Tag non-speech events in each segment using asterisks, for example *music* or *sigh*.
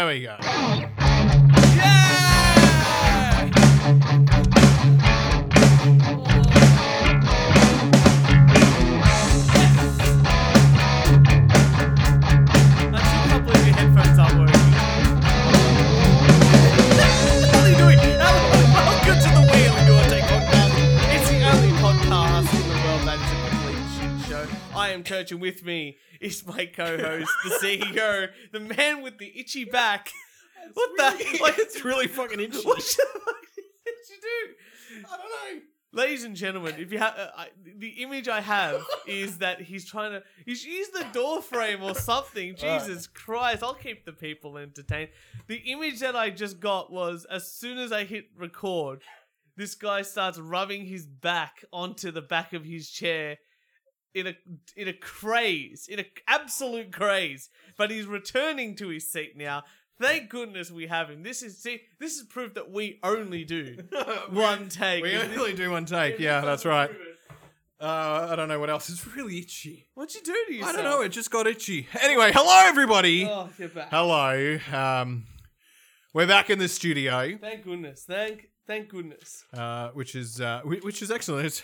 There we go. I am Church, and with me is my co-host, the CEO, the man with the itchy back. what the? *laughs* *laughs* Like it's really fucking itchy. what the fuck did you do? I don't know. Ladies and gentlemen, if you have uh, I, the image I have is that he's trying to he's use the door frame or something. Alright. Jesus Christ! I'll keep the people entertained. The image that I just got was as soon as I hit record, this guy starts rubbing his back onto the back of his chair in a in a craze, in an absolute craze. But he's returning to his seat now. Thank goodness we have him. This is see, this is proof that we only do one take. We only do one take. Yeah, that's right. Uh, I don't know what else. It's really itchy. What'd you do to yourself? I don't know. It just got itchy. Anyway, hello everybody. Oh, you're back. Hello. Um, we're back in the studio, Thank goodness. Thank thank goodness. uh, which is uh, whi- which is excellent. It's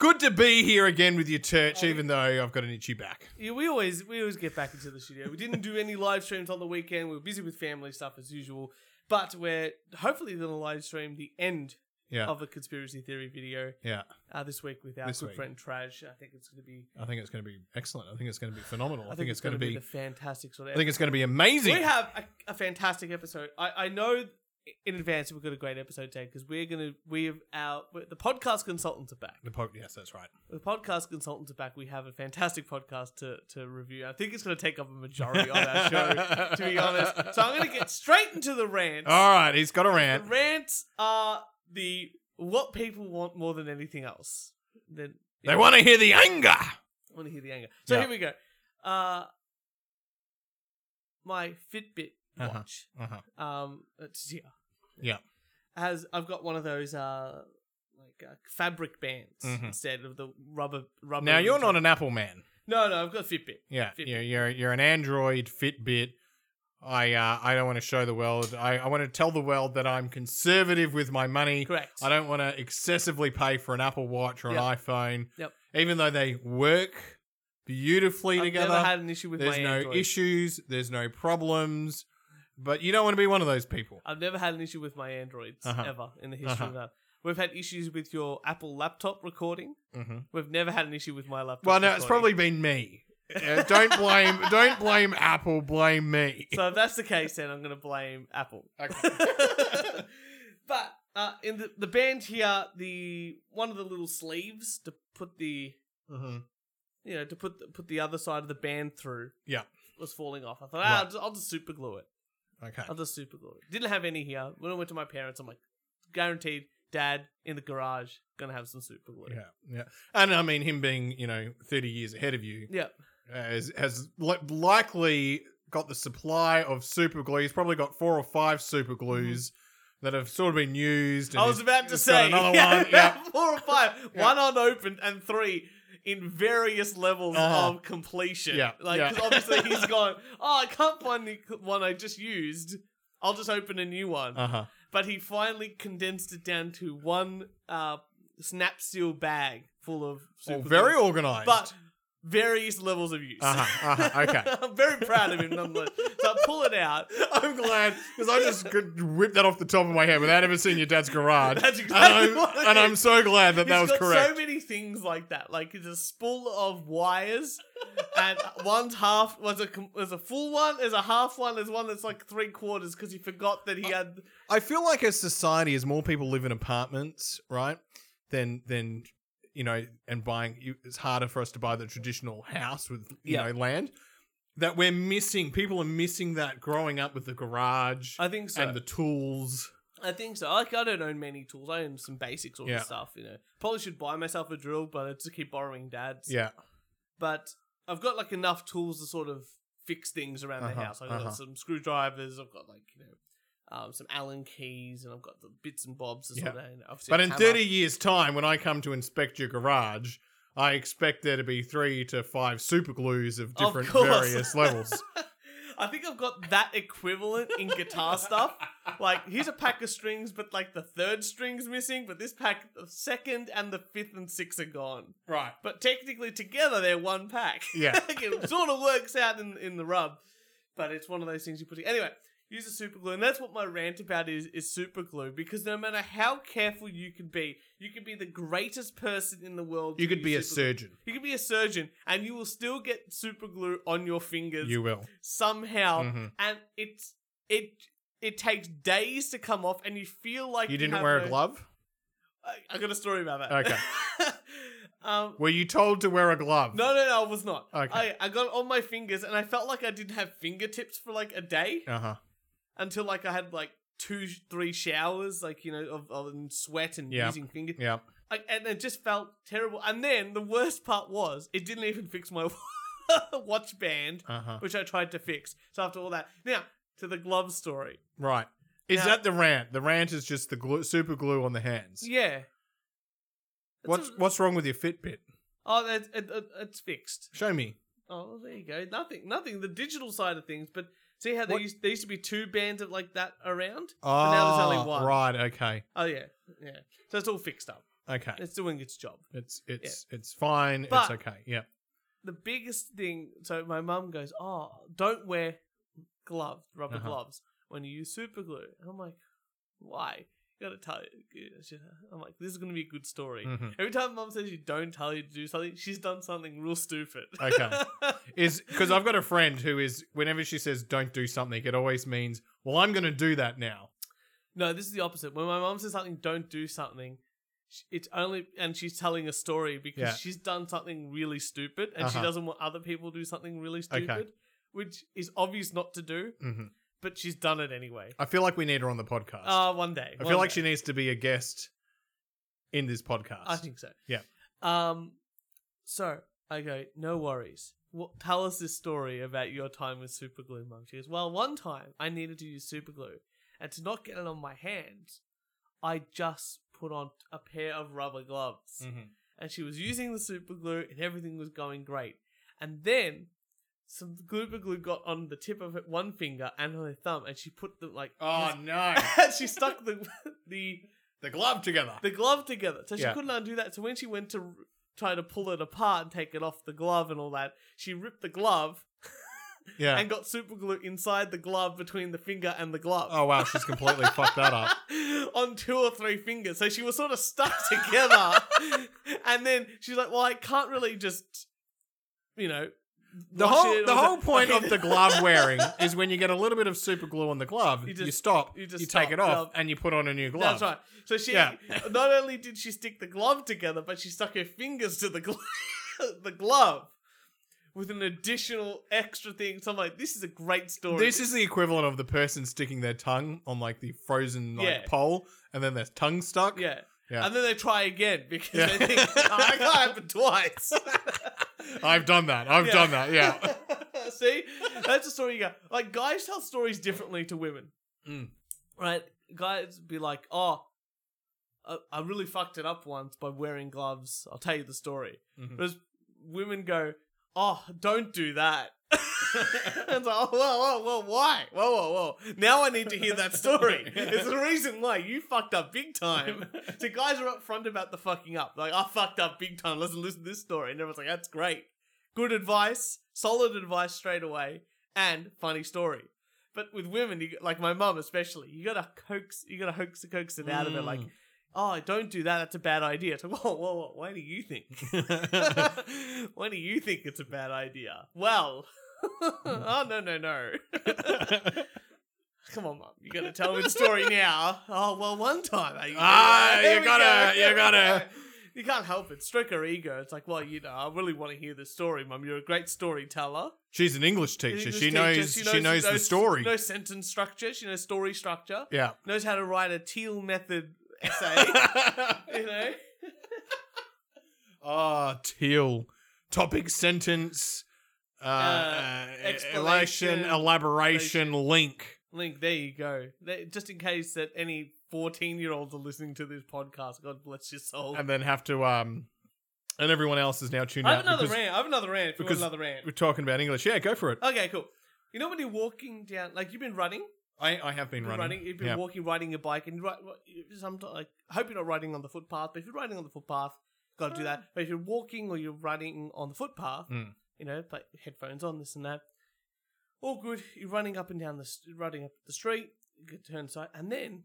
good to be here again with you, Church. Even though I've got an itchy back. Yeah, we always we always get back into the studio. We didn't do any live streams on the weekend. We were busy with family stuff as usual. But we're hopefully gonna live stream the end Yeah. of the conspiracy theory video yeah. uh, this week with our This good week. friend Trash. I think it's gonna be I think it's going to be excellent. I think it's going to be phenomenal. I, think, it's going to gonna be. the fantastic sort of I think it's going to be amazing. We have a, a fantastic episode. I, I know in advance we've got a great episode today because we're gonna we have our the podcast consultants are back. the po- yes, that's right. The podcast consultants are back. We have a fantastic podcast to to review. I think it's gonna take up a majority on our show, to be honest. So I'm gonna get straight into the rants. All right, he's got a The rant. rants are the what people want more than anything else. Then They want to hear the anger. want to hear the anger. So Yeah. here we go. Uh, my Fitbit Uh-huh. watch. Uh-huh. um it's yeah Yeah. has i've got one of those uh like uh, fabric bands Mhm. instead of the rubber rubber Now you're not an Apple man. no no i've got fitbit Yeah, Fitbit. you're you're, you're an Android Fitbit. I uh, I don't want to show the world. I, I want to tell the world that I'm conservative with my money. correct I don't want to excessively pay for an Apple Watch or an iPhone. Yep. Even though they work beautifully I've together, never had an issue with there's my no android issues, there's no problems. But you don't want to be one of those people. i've never had an issue with my androids Uh-huh. ever in the history Uh-huh. of that we've had issues with your apple laptop recording Mm-hmm. we've never had an issue with my laptop Well, no, it's recording. probably been me. Uh, don't blame don't blame Apple. Blame me. *laughs* so if that's the case then i'm going to blame apple *laughs* but uh, in the, the band here, the one of the little sleeves to put the hmm you know to put the, put the other side of the band through, Yeah. was falling off. I thought, ah, Right. I'll, just, I'll just super glue it. Okay. I'll just super glue it. Didn't have any here. When I went to my parents, I'm like, guaranteed, Dad in the garage gonna have some super glue. Yeah, yeah, and I mean him being you know thirty years ahead of you Yeah. has has li- likely got the supply of super glue. He's probably got four or five super glues that have sort of been used. I and was he's- about to he's got say another yeah, one. Yeah. four or five, *laughs* Yeah. one unopened and three in various levels Uh-huh. of completion. Yeah, like yeah. 'cause obviously *laughs* he's gone. Oh, I can't find the one I just used. I'll just open a new one. Uh huh. but he finally condensed it down to one uh, snap seal bag full of All super Oh, very glue, organized. but various levels of use. Uh-huh, uh-huh, okay. *laughs* Oh I'm very proud of him nonetheless. So I pull it *laughs* out. I'm glad because I just could whip that off the top of my head without ever seeing your dad's *laughs* garage. That's And exactly I'm, what it and is. I'm so glad that that was He's got correct. so many things like that. Like it's a spool of wires, and one's half was a com- there's a full one, there's a half one, there's one that's like three quarters because he forgot that he had. I feel like as society, as more people live in apartments, right, then then you know, and buying you- it's harder for us to buy the traditional house with you Yeah. know land. That we're missing. People are missing that growing up with the garage I think so. and the tools. I think so. Like I don't own many tools. I own some basic sort Yeah. of stuff. You know, probably should buy myself a drill, but I just keep borrowing dad's. Yeah, But I've got like enough tools to sort of fix things around the Uh-huh, house. I've uh-huh. got some screwdrivers. I've got like you know, um, some Allen keys, and I've got the bits and bobs. To sort of, you know, obviously but a in hammer. thirty years' time, when I come to inspect your garage, I expect there to be three to five super glues of Of different *laughs* course. various levels. I think I've got that equivalent in *laughs* guitar stuff. Like, here's a pack of strings, but like the third string's missing, but this pack, the second and the fifth and sixth are gone. Right. But technically, together, they're one pack. Yeah. it sort of works out in, in the rub, but it's one of those things you put together. Anyway, use a super glue, and that's what my rant about is is super glue because no matter how careful you can be, you can be the greatest person in the world. You to could use be a super glue. surgeon. You could be a surgeon, and you will still get super glue on your fingers You will. somehow, Mhm. and it's it. It takes days to come off, and you feel like You didn't have wear no- a glove? I, I got a story about that. Okay. *laughs* um, Were you told to wear a glove? no, no, no, I was not. Okay. I, I got it on my fingers and I felt like I didn't have fingertips for like a day Uh huh. until like I had like two, three showers, like, you know, of, of and sweat and Yeah. using fingers. Yeah. Like, and it just felt terrible. And then the worst part was it didn't even fix my *laughs* watch band, Uh huh. which I tried to fix. So after all that, now to the glove story. Right. Is Now- that the rant? The rant is just the glue, super glue on the hands. Yeah. That's What's a- what's wrong with your Fitbit? oh, that's it, it, it's fixed. Show me. Oh, well, there you go. Nothing, nothing. The digital side of things, but see how there What- used there used to be two bands of like that around. Oh, now there's only one. right. Okay. Oh yeah, yeah. So it's all fixed up. Okay. It's doing its job. It's it's it's fine. it's But- okay. Yeah. The biggest thing. So my mum goes, "Oh, don't wear gloves, rubber Uh-huh. gloves, when you use super glue." And I'm like, "Why?" You gotta tell you. I'm like, "This is gonna be a good story." hmm Every time mum says you don't tell you to do something, she's done something real stupid. Okay. *laughs* Is because I've got a friend who is whenever she says don't do something, it always means well I'm going to do that now. No, this is the opposite. When my mom says something, don't do something. sh- It's only, and she's telling a story because Yeah. she's done something really stupid, and she Uh-huh. doesn't want other people to do something really stupid, which is obvious not to do, hmm but she's done it anyway. I feel like we need her on the podcast. Uh, one day. I one feel like day. she needs to be a guest in this podcast. I think so. Yeah. Um. So I go, no worries. Well, tell us this story about your time with super glue, mum. She goes, well, one time I needed to use super glue, and to not get it on my hands, I just put on a pair of rubber gloves, Mm. Mm-hmm. and she was using the super glue, and everything was going great. And then some super glue got on the tip of her one finger and her thumb, and she put them like, Oh *laughs* no, she stuck the *laughs* the the glove together. the glove together. So she Yeah. couldn't undo that. So when she went to r- try to pull it apart and take it off the glove and all that, she ripped the glove yeah. and got super glue inside the glove between the finger and the glove. *laughs* oh wow, she's completely fucked that up. on two or three fingers. So she was sort of stuck *laughs* together. and then she's like, well, I can't really just, you know. The wash whole it the or- whole point *laughs* of the glove wearing is when you get a little bit of super glue on the glove, You you, just- stop, you you, just take stop. it off, Glove. and you put on a new glove. That's right. So she Yeah. *laughs* not only did she stick the glove together, but she stuck her fingers to the glo- *laughs* the glove with an additional extra thing. So I'm like, this is a great story. This is the equivalent of the person sticking their tongue on like the frozen like, Yeah. pole, and then their tongue stuck. yeah. Yeah. And then they try again because Yeah. they think oh, I can't happen twice. I've done that. I've Yeah. done that. *laughs* *laughs* Yeah. *laughs* See, that's a story you go. Like guys tell stories differently to women, Mm. right? Guys be like, "Oh, I, I really fucked it up once by wearing gloves." I'll tell you the story. Mhm. Whereas women go, "Oh, don't do that." *laughs* and it's like, oh, whoa, whoa, whoa, why? Whoa, whoa, whoa. Now I need to hear that story. It's the reason why you fucked up big *laughs* time. So guys are upfront about the fucking up. Like, I fucked up big time. Let's listen to this story. And everyone's like, that's great. Good advice, solid advice straight away, and funny story. But with women, you, like my mum especially, you gotta coax, you gotta hoax the coax it out of it. Like, Mm. oh, don't do that. That's a bad idea. It's like, whoa, whoa, whoa. Why do you think? *laughs* Why do you think it's a bad idea? Well, *laughs* oh no no no. Mm. Come on, mum, you gotta tell me the story now. Oh well, one time. I- Ah, *laughs* There you we gotta- go, there you we gotta- go. You can't help it. Stroke her ego. It's like, well, you know, I really want to hear this story, mum. You're a great storyteller. *laughs* She's an English teacher. English she, teacher, knows, she knows. the story. No sentence structure. She knows story structure. yeah. *laughs* Knows how to write a teal method essay. *laughs* you know. Ah, teal. Topic sentence. Uh, uh, explanation, elation, elaboration, link. Link, there you go. There- Just in case that any 14 year olds are listening to this podcast, God bless your soul. And then have to um and everyone else is now tuned I have out another because rant. I have another rant. If you want because- another rant. Oh, we're talking about English. Yeah, go for it. Okay, cool. You know when you're walking down, like you've been running, I, I have been been running. running. you've been yeah. walking, riding your bike, and right, sometimes like, I hope you're not riding on the footpath. But if you're riding on the footpath, gotta do that. But if you're walking or you're running on the footpath, Mm. you know, put headphones on, this and that. All good. You're running up and down the st- running up the street. You could turn side, and then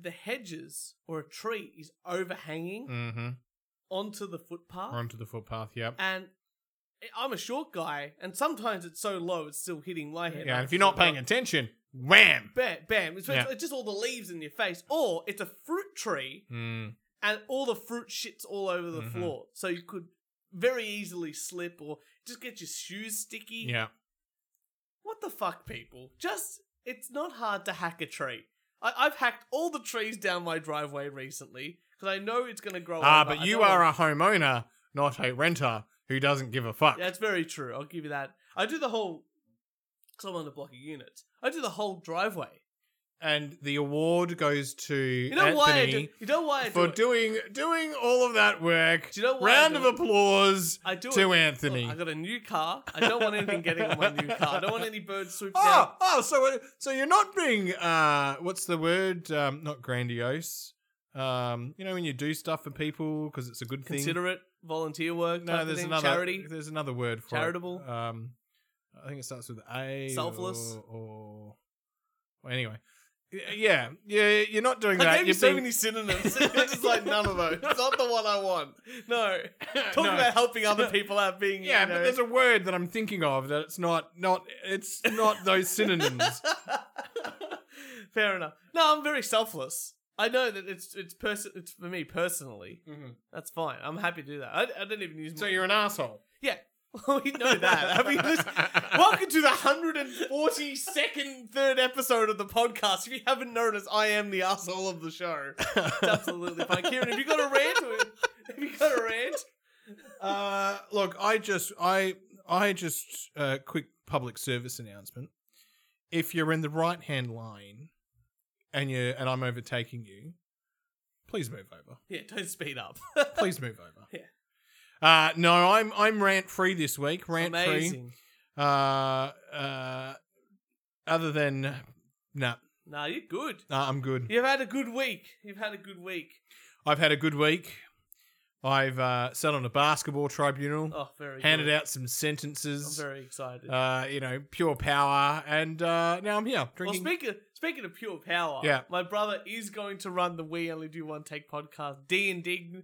the hedges or a tree is overhanging mm-hmm. onto the footpath. Onto the footpath. Yep. and I- I'm a short guy, and sometimes it's so low it's still hitting my head. Yeah. And if you're not paying attention, wham. bam, bam, it's, it's- Yeah. it's just all the leaves in your face, or it's a fruit tree, Mm. and all the fruit shits all over the Mhm. floor, so you could very easily slip or just get your shoes sticky. Yeah. What the fuck, people? Just it's not hard to hack a tree. I, I've hacked all the trees down my driveway recently because I know it's going to grow. Ah, over. but Oh, I you don't are a homeowner, not a renter who doesn't give a fuck. That's very true. I'll give you that. I do the whole. Because I'm on the block of units. I do the whole driveway. And the award goes to You know why I do. Anthony You know why I do for it? doing doing all of that work. Do you know why I Round do of it? applause I do to it. Anthony. Look, I got a new car. I don't want anything getting on my new car. I don't want any birds swooping down. Oh, oh, so so you're not being uh, what's the word? Um, not grandiose. Um, you know when you do stuff for people because it's a good thing. Considerate volunteer work. no, there's thing. another charity. There's another word for it. Charitable? Um, I think it starts with A. Selfless? Or, or well, anyway, Y- yeah, yeah, you're not doing that. I gave you you're so being- *laughs* many *laughs* synonyms. It's just like none of those. It's not the one I want. *laughs* No. Talking No. about helping other *laughs* people out being. Yeah, you but know- *laughs* there's a word that I'm thinking of that it's not not it's not those *laughs* synonyms. Fair enough. No, I'm very selfless. I know that it's it's person it's for me personally. That's fine. I'm happy to do that. I, I don't even use. So my- you're an asshole. yeah. *laughs* we know that. I mean, this, welcome to the 142nd third episode of the podcast. If you haven't noticed, I am the asshole of the show. It's absolutely fine. Kieran, have you got a rant? Or, have you got a rant? *laughs* Uh, look, I just I I just uh, quick public service announcement. If you're in the right hand lane, and you and I'm overtaking you, please move over. Yeah, don't speed up. Please move over. *laughs* Yeah. Uh, no, I'm I'm rant free this week. Rant free. Amazing. Uh, uh, other than nah, Nah, you're good. nah, I'm good. You've had a good week. You've had a good week. I've had a good week. I've uh, sat on a basketball tribunal, Oh, very handed good. out some I'm sentences, very excited. uh, you know, pure power, and uh, now I'm here well, drinking. speaking speaking of pure power, Yeah. my brother is going to run the We Only Do One Take podcast D and D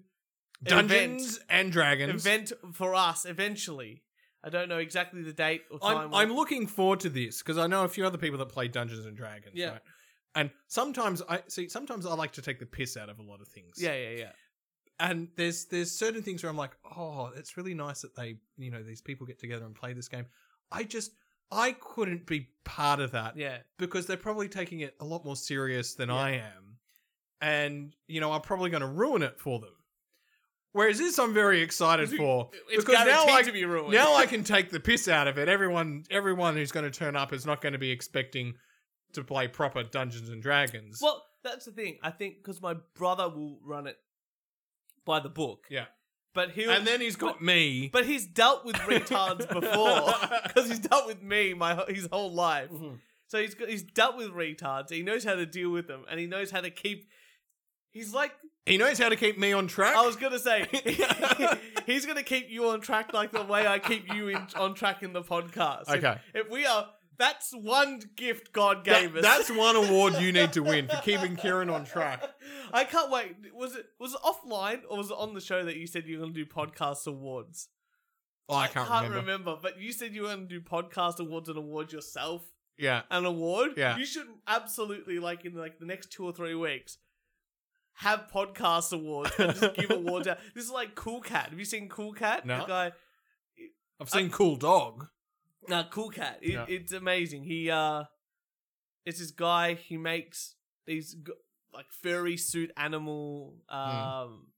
Dungeons and event, Dragons. event for us eventually. I don't know exactly the date or I'm, time. I'm looking forward to this because I know a few other people that play Dungeons and Dragons. Yeah. right? And sometimes I see. Sometimes I like to take the piss out of a lot of things. yeah, yeah, yeah. and there's there's certain things where I'm like, oh, it's really nice that they you know these people get together and play this game. I just I couldn't be part of that Yeah. because they're probably taking it a lot more serious than Yeah. I am, and you know I'm probably going to ruin it for them. Whereas this, I'm very excited It's- *laughs* for It's because now guaranteed I to be ruined. now *laughs* I can take the piss out of it. Everyone everyone who's going to turn up is not going to be expecting to play proper Dungeons and Dragons. Well, that's the thing. I think because my brother will run it by the book. Yeah. But he'll and then he's got me. but he's dealt with retards before *laughs* because he's dealt with me my wh- his whole life. Mm-hmm. So he's got, he's dealt with retards. He knows how to deal with them, and he knows how to keep. He's like He knows how to keep me on track. I was gonna *laughs* say. *laughs* he's gonna keep you on track like the way I keep you in, on track in the podcast. If- Okay. If, we are, that's one gift God That- gave us. That's one award you need to win for *laughs* keeping Kieran on track. I can't wait. Was it was it offline or was it on the show that you said you were gonna do podcast awards? Oh, I can't, remember. But you said you were gonna do podcast awards and award yourself Yeah. an award. Yeah. You should absolutely like in like the next two or three weeks have podcast awards and just *laughs* give awards out. This is like Cool Cat. Have you seen Cool Cat? No. The guy I've seen Cool Dog. No, Cool Cat. It, Yeah. It's amazing. He uh, it's this guy. He makes these g- like furry suit animal um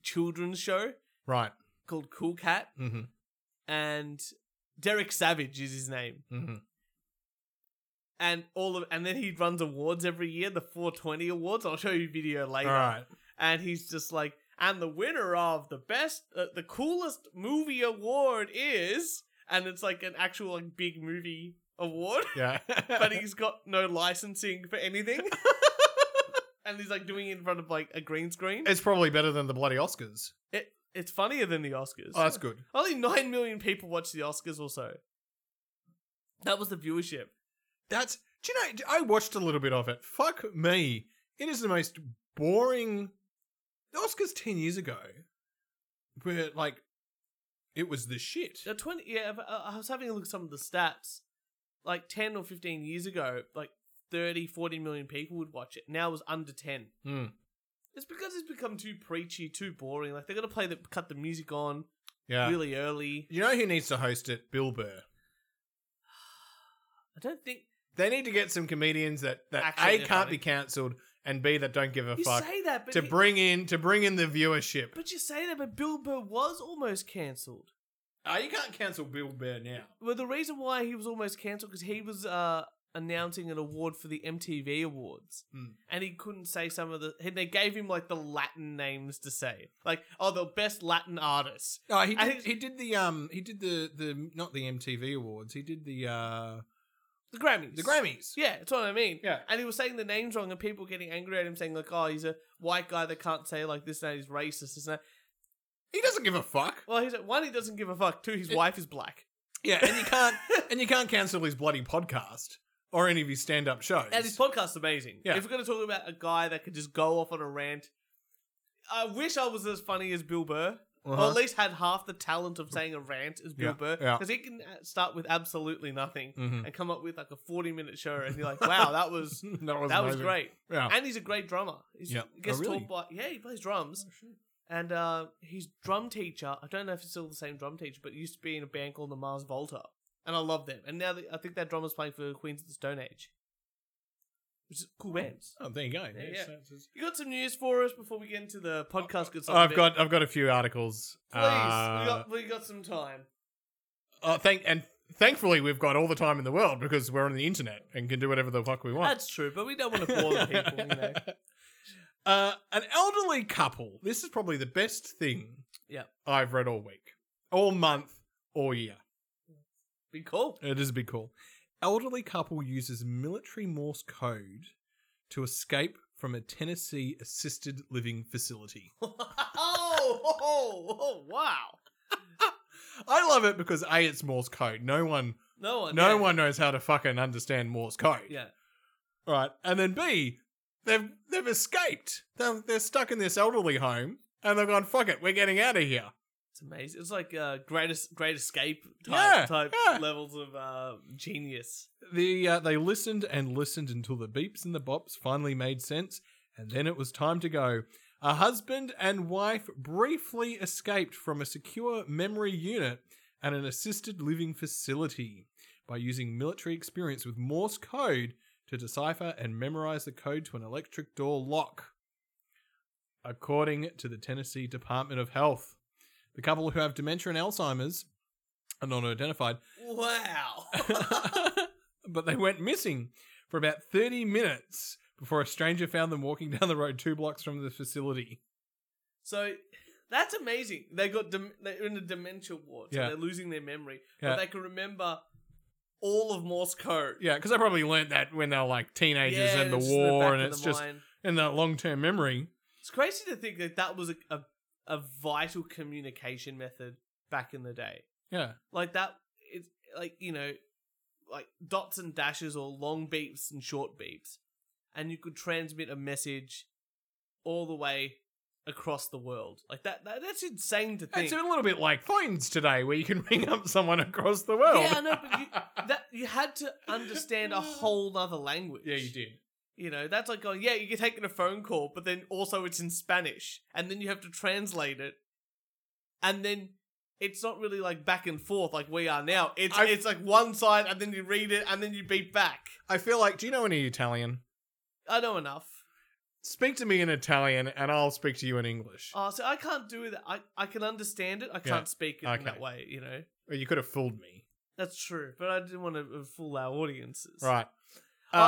children's show Right. called Cool Cat, Mm-hmm. and Derek Savage is his name. Mm-hmm. And all of and then he runs awards every year, the 420 awards. I'll show you a video All later. right. And he's just like, and the winner of the best, uh, the coolest movie award is. and it's like an actual like big movie award, Yeah. *laughs* but he's got no licensing *laughs* for anything. and he's like doing it in front of like a green screen. it's probably better than the bloody Oscars. It, it's funnier than the Oscars. Oh, that's good. Only 9 million people watch the Oscars or so. That was the viewership. That's. Do you know? I watched a little bit of it. Fuck me. It is the most boring. The Oscars ten years ago, where like, it was the shit. The 20, yeah, I- I was having a look at some of the stats. Like 10 or 15 years ago, like 30, 40 million people would watch it. Now it was under 10. Mm. It's because it's become too preachy, too boring. Like they're going to play the cut the music on Yeah. really early. You know who needs to host it? Bill Burr. I don't think They need to get some comedians that that Actually, a they're can't funny. be cancelled and b that don't give a you fuck say that, but to he- bring in to bring in the viewership. but you say that, but Bill Burr was almost cancelled. Uh, you can't cancel Bill Burr now. Well, the reason why he was almost cancelled because he was uh, announcing an award for the MTV Awards, Hmm. and he couldn't say some of the. he- They gave him like the Latin names to say, like oh, the best Latin artist. No, Oh, he I did, think- he did the um he did the the not the MTV awards. He did the uh The Grammys. the Grammys. Yeah, that's what I mean. Yeah. And he was saying the names wrong, and people getting angry at him, saying like, "Oh, he's a white guy that can't say like this, and that, he's racist, this, and that." He doesn't give a fuck. Well, he's one, he doesn't give a fuck. Two, his It- wife is black. Yeah, and you can't *laughs* and you can't cancel his bloody podcast or any of his stand up shows. And his podcast's amazing. Yeah. If we're going to talk about a guy that could just go off on a rant, I wish I was as funny as Bill Burr, or Uh-huh. at least had half the talent of saying a rant as Bill Yeah, Burr, yeah. because he can uh, start with absolutely nothing Mhm. and come up with like a forty-minute show, and you're like, "Wow, that was *laughs* Mm-hmm. that was that was amazing. great." Yeah. And he's a great drummer. He's, Oh. Yeah. he gets Oh, really? taught by yeah, he plays drums, and uh, his drum teacher. I don't know if he's still the same drum teacher, but he used to be in a band called the Mars Volta, and I love them. And now they, I think that drummer's playing for Queens of the Stone Age, which is cool bands. Oh, there you go. Yeah, Yes, yeah. that's- that's- You got some news for us before we get into the podcast? Good stuff. I've got I've got a few articles. Please, Uh, we got we got some time. uh, thank and thankfully we've got all the time in the world because we're on the internet and can do whatever the fuck we want. That's true, but we don't want to bore the people. *laughs* You know. Uh, an elderly couple. This is probably the best thing Yep. I've read all week, all month, all year. Be cool. *laughs* It is a big call. Elderly couple uses military Morse code to escape from a Tennessee assisted living facility. oh, oh, oh, wow! I love it because a it's Morse code. No one, No one, no yeah. one knows how to fucking understand Morse code. Yeah, Right. And then B, they've they've escaped. They're, they're stuck in this elderly home and they've gone, fuck it, we're getting out of here. It's amazing. It's like uh, greatest Great Escape type Yeah, type yeah. levels of uh, genius. The uh, they listened and listened until the beeps and the bops finally made sense, and then it was time to go. A husband and wife briefly escaped from a secure memory unit at an assisted living facility by using military experience with Morse code to decipher and memorize the code to an electric door lock. According to the Tennessee Department of Health, the couple who have dementia and Alzheimer's are not identified Wow. *laughs* but they went missing for about 30 minutes before a stranger found them walking down the road two blocks from the facility. *laughs* so that's amazing. They got dem- they're in a dementia ward, so Yeah. they're losing their memory, Yeah. but they can remember all of Morse code. Yeah, because I probably learnt that when they were like teenagers and the it's just in back war, and of it's the just mind. in that long term memory. it's crazy to think that that was a, a a vital communication method back in the day. Yeah. like that it's like you know like dots and dashes or long beeps and short beeps and you could transmit a message all the way across the world like that, that that's insane to think It's a little bit like phones today where you can *laughs* ring up someone across the world. Yeah, *laughs* I know, but that you had to understand a whole other language yeah, you did. you know that's like going yeah you're taking a phone call but then also it's in spanish and then you have to translate it and then it's not really like back and forth like we are now it's I've- it's like one side and then you read it and then you beat back I feel like, do you know any Italian? i know enough Speak to me in Italian and I'll speak to you in English. oh so i can't do that i, I can understand it i can't speak it Okay. in that way you know Well, you could have fooled me. that's true but i didn't want to fool our audiences Right. Uh, I, I,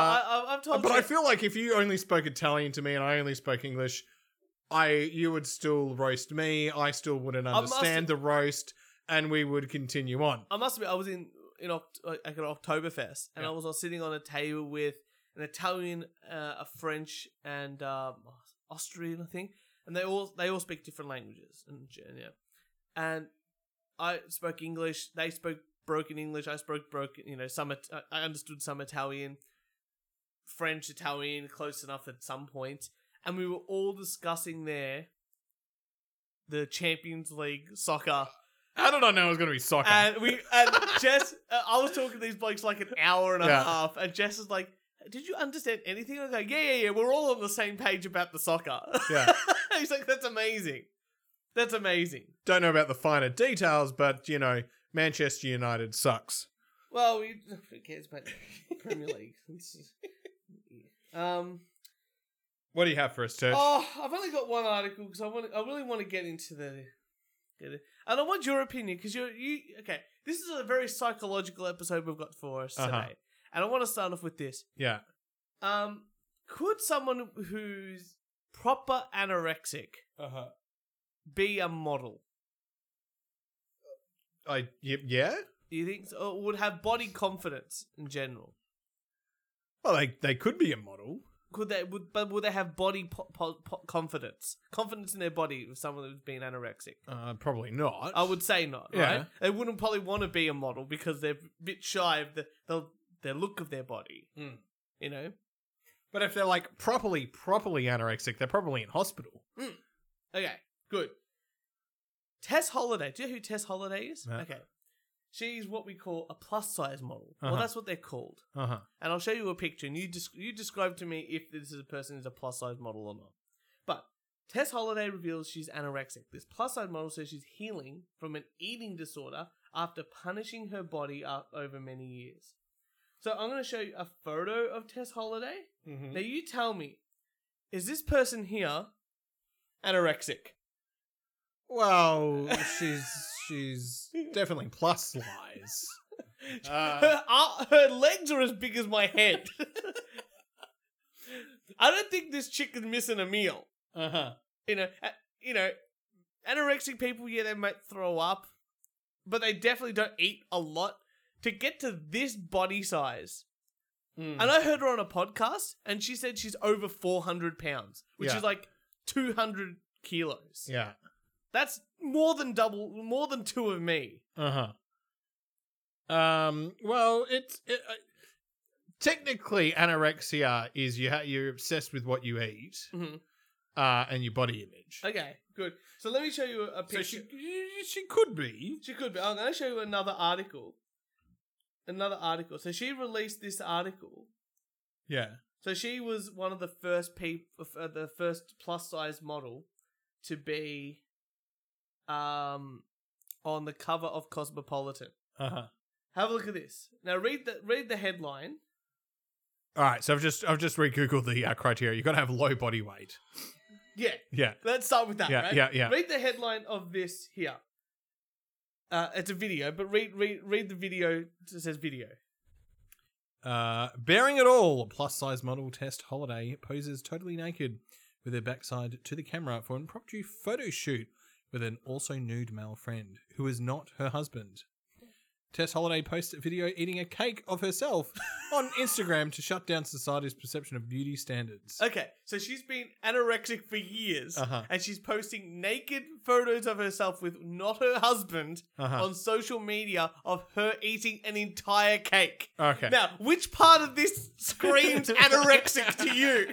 I, i've told but you I feel like if you only spoke Italian to me and I only spoke English, I you would still roast me. I still wouldn't must- understand the roast, and we would continue on. I must admit, I was in in Oct- like at an Oktoberfest, and Yeah. I was uh, sitting on a table with an Italian, uh, a French, and um, Austrian, I think, and they all they all speak different languages, and Ger- yeah, and I spoke English, they spoke broken English, I spoke broken, you know, some It- I- I understood some Italian, French, Italian, close enough at some point, and we were all discussing there the Champions League soccer. How did I know it was going to be soccer? And we and Jess, uh, I was talking to these blokes like an hour and a Yeah. half, and Jess is like, "Did you understand anything?" I go, "Yeah, yeah, yeah. We're all on the same page about the soccer." Yeah. *laughs* He's like, "That's amazing. That's amazing." Don't know about the finer details, but you know, Manchester United sucks. Well, we, who cares about Premier *laughs* League? It's just- um. What do you have for us, Turch? Oh, I've only got one article because I want. I really want to get into the. Get it. And I want your opinion because you you okay. This is a very psychological episode we've got for us Uh-huh. today, and I want to start off with this. yeah. Um, could someone who's proper anorexic Uh-huh. be a model? I y- yeah. Do you think so? Or would have body confidence in general? Well, they they could be a model. Could they? Would but would they have body po- po- po- confidence? Confidence in their body with someone who's been anorexic? Uh, probably not. I would say not. Yeah. Right? They wouldn't probably want to be a model because they're a bit shy of the the, the look of their body. Mm. You know, But if they're like properly properly anorexic, they're probably in hospital. Okay, good. Tess Holiday. Do you know who Tess Holiday is? No. Okay. She's what we call a plus size model. Uh-huh. Well, that's what they're called. Uh huh. And I'll show you a picture and you, desc you describe to me if this is a person who's a plus size model or not. But Tess Holiday reveals she's anorexic. This plus size model says she's healing from an eating disorder after punishing her body up over many years. So I'm going to show you a photo of Tess Holiday. Mm-hmm. Now you tell me, is this person here anorexic? Well, she's she's definitely plus *laughs* size. Uh, her, ar- her legs are as big as my head. *laughs* I don't think this chick is missing a meal. uh huh. You know, a- you know, anorexic people, yeah, they might throw up, but they definitely don't eat a lot. To get to this body size, Mm. and I heard her on a podcast, and she said she's over four hundred pounds, which Yeah. is like two hundred kilos. Yeah. That's more than double, more than two of me. Uh huh. Um. Well, it's it, uh, technically anorexia is you ha- you're obsessed with what you eat, Mhm. uh, and your body image. Okay, good. So let me show you a So picture. she she could be. She could be. I'm going to show you another article. Another article. So she released this article. Yeah. So she was one of the first people, uh, the first plus size model to be um, on the cover of Cosmopolitan. Uh huh. Have a look at this. Now read the read the headline. All right, so I've just I've just re-googled the uh, criteria. You've got to have low body weight. Yeah, Yeah, let's start with that. yeah, right? yeah, yeah. Read the headline of this here. Uh, it's a video, but read read read the video. It says video. Uh, bearing it all, a plus-size model test holiday poses totally naked with her backside to the camera for an impromptu photo shoot with an also nude male friend who is not her husband. Tess Holiday posts a video eating a cake of *laughs* herself on Instagram to shut down society's perception of beauty standards. Okay, so she's been anorexic for years, Uh-huh. and she's posting naked photos of herself with not her husband Uh-huh. on social media of her eating an entire cake. Okay. Now, which part of this *laughs* screams anorexic to you?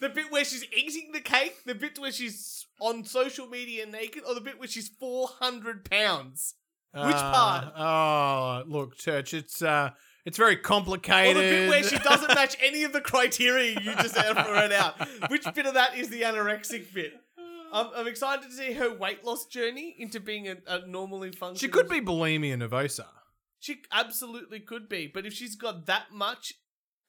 The bit where she's eating the cake, the bit where she's on social media naked, or the bit where she's 400 pounds? which Uh, oh, look, Church, it's uh, it's very Or complicated. the bit where she doesn't match any of the criteria you just read out. Which bit of that is the anorexic bit? I'm, I'm excited to see her weight loss journey into being a, a normally functioning. *laughs* She could be bulimia nervosa. She absolutely could be, but if she's got that much,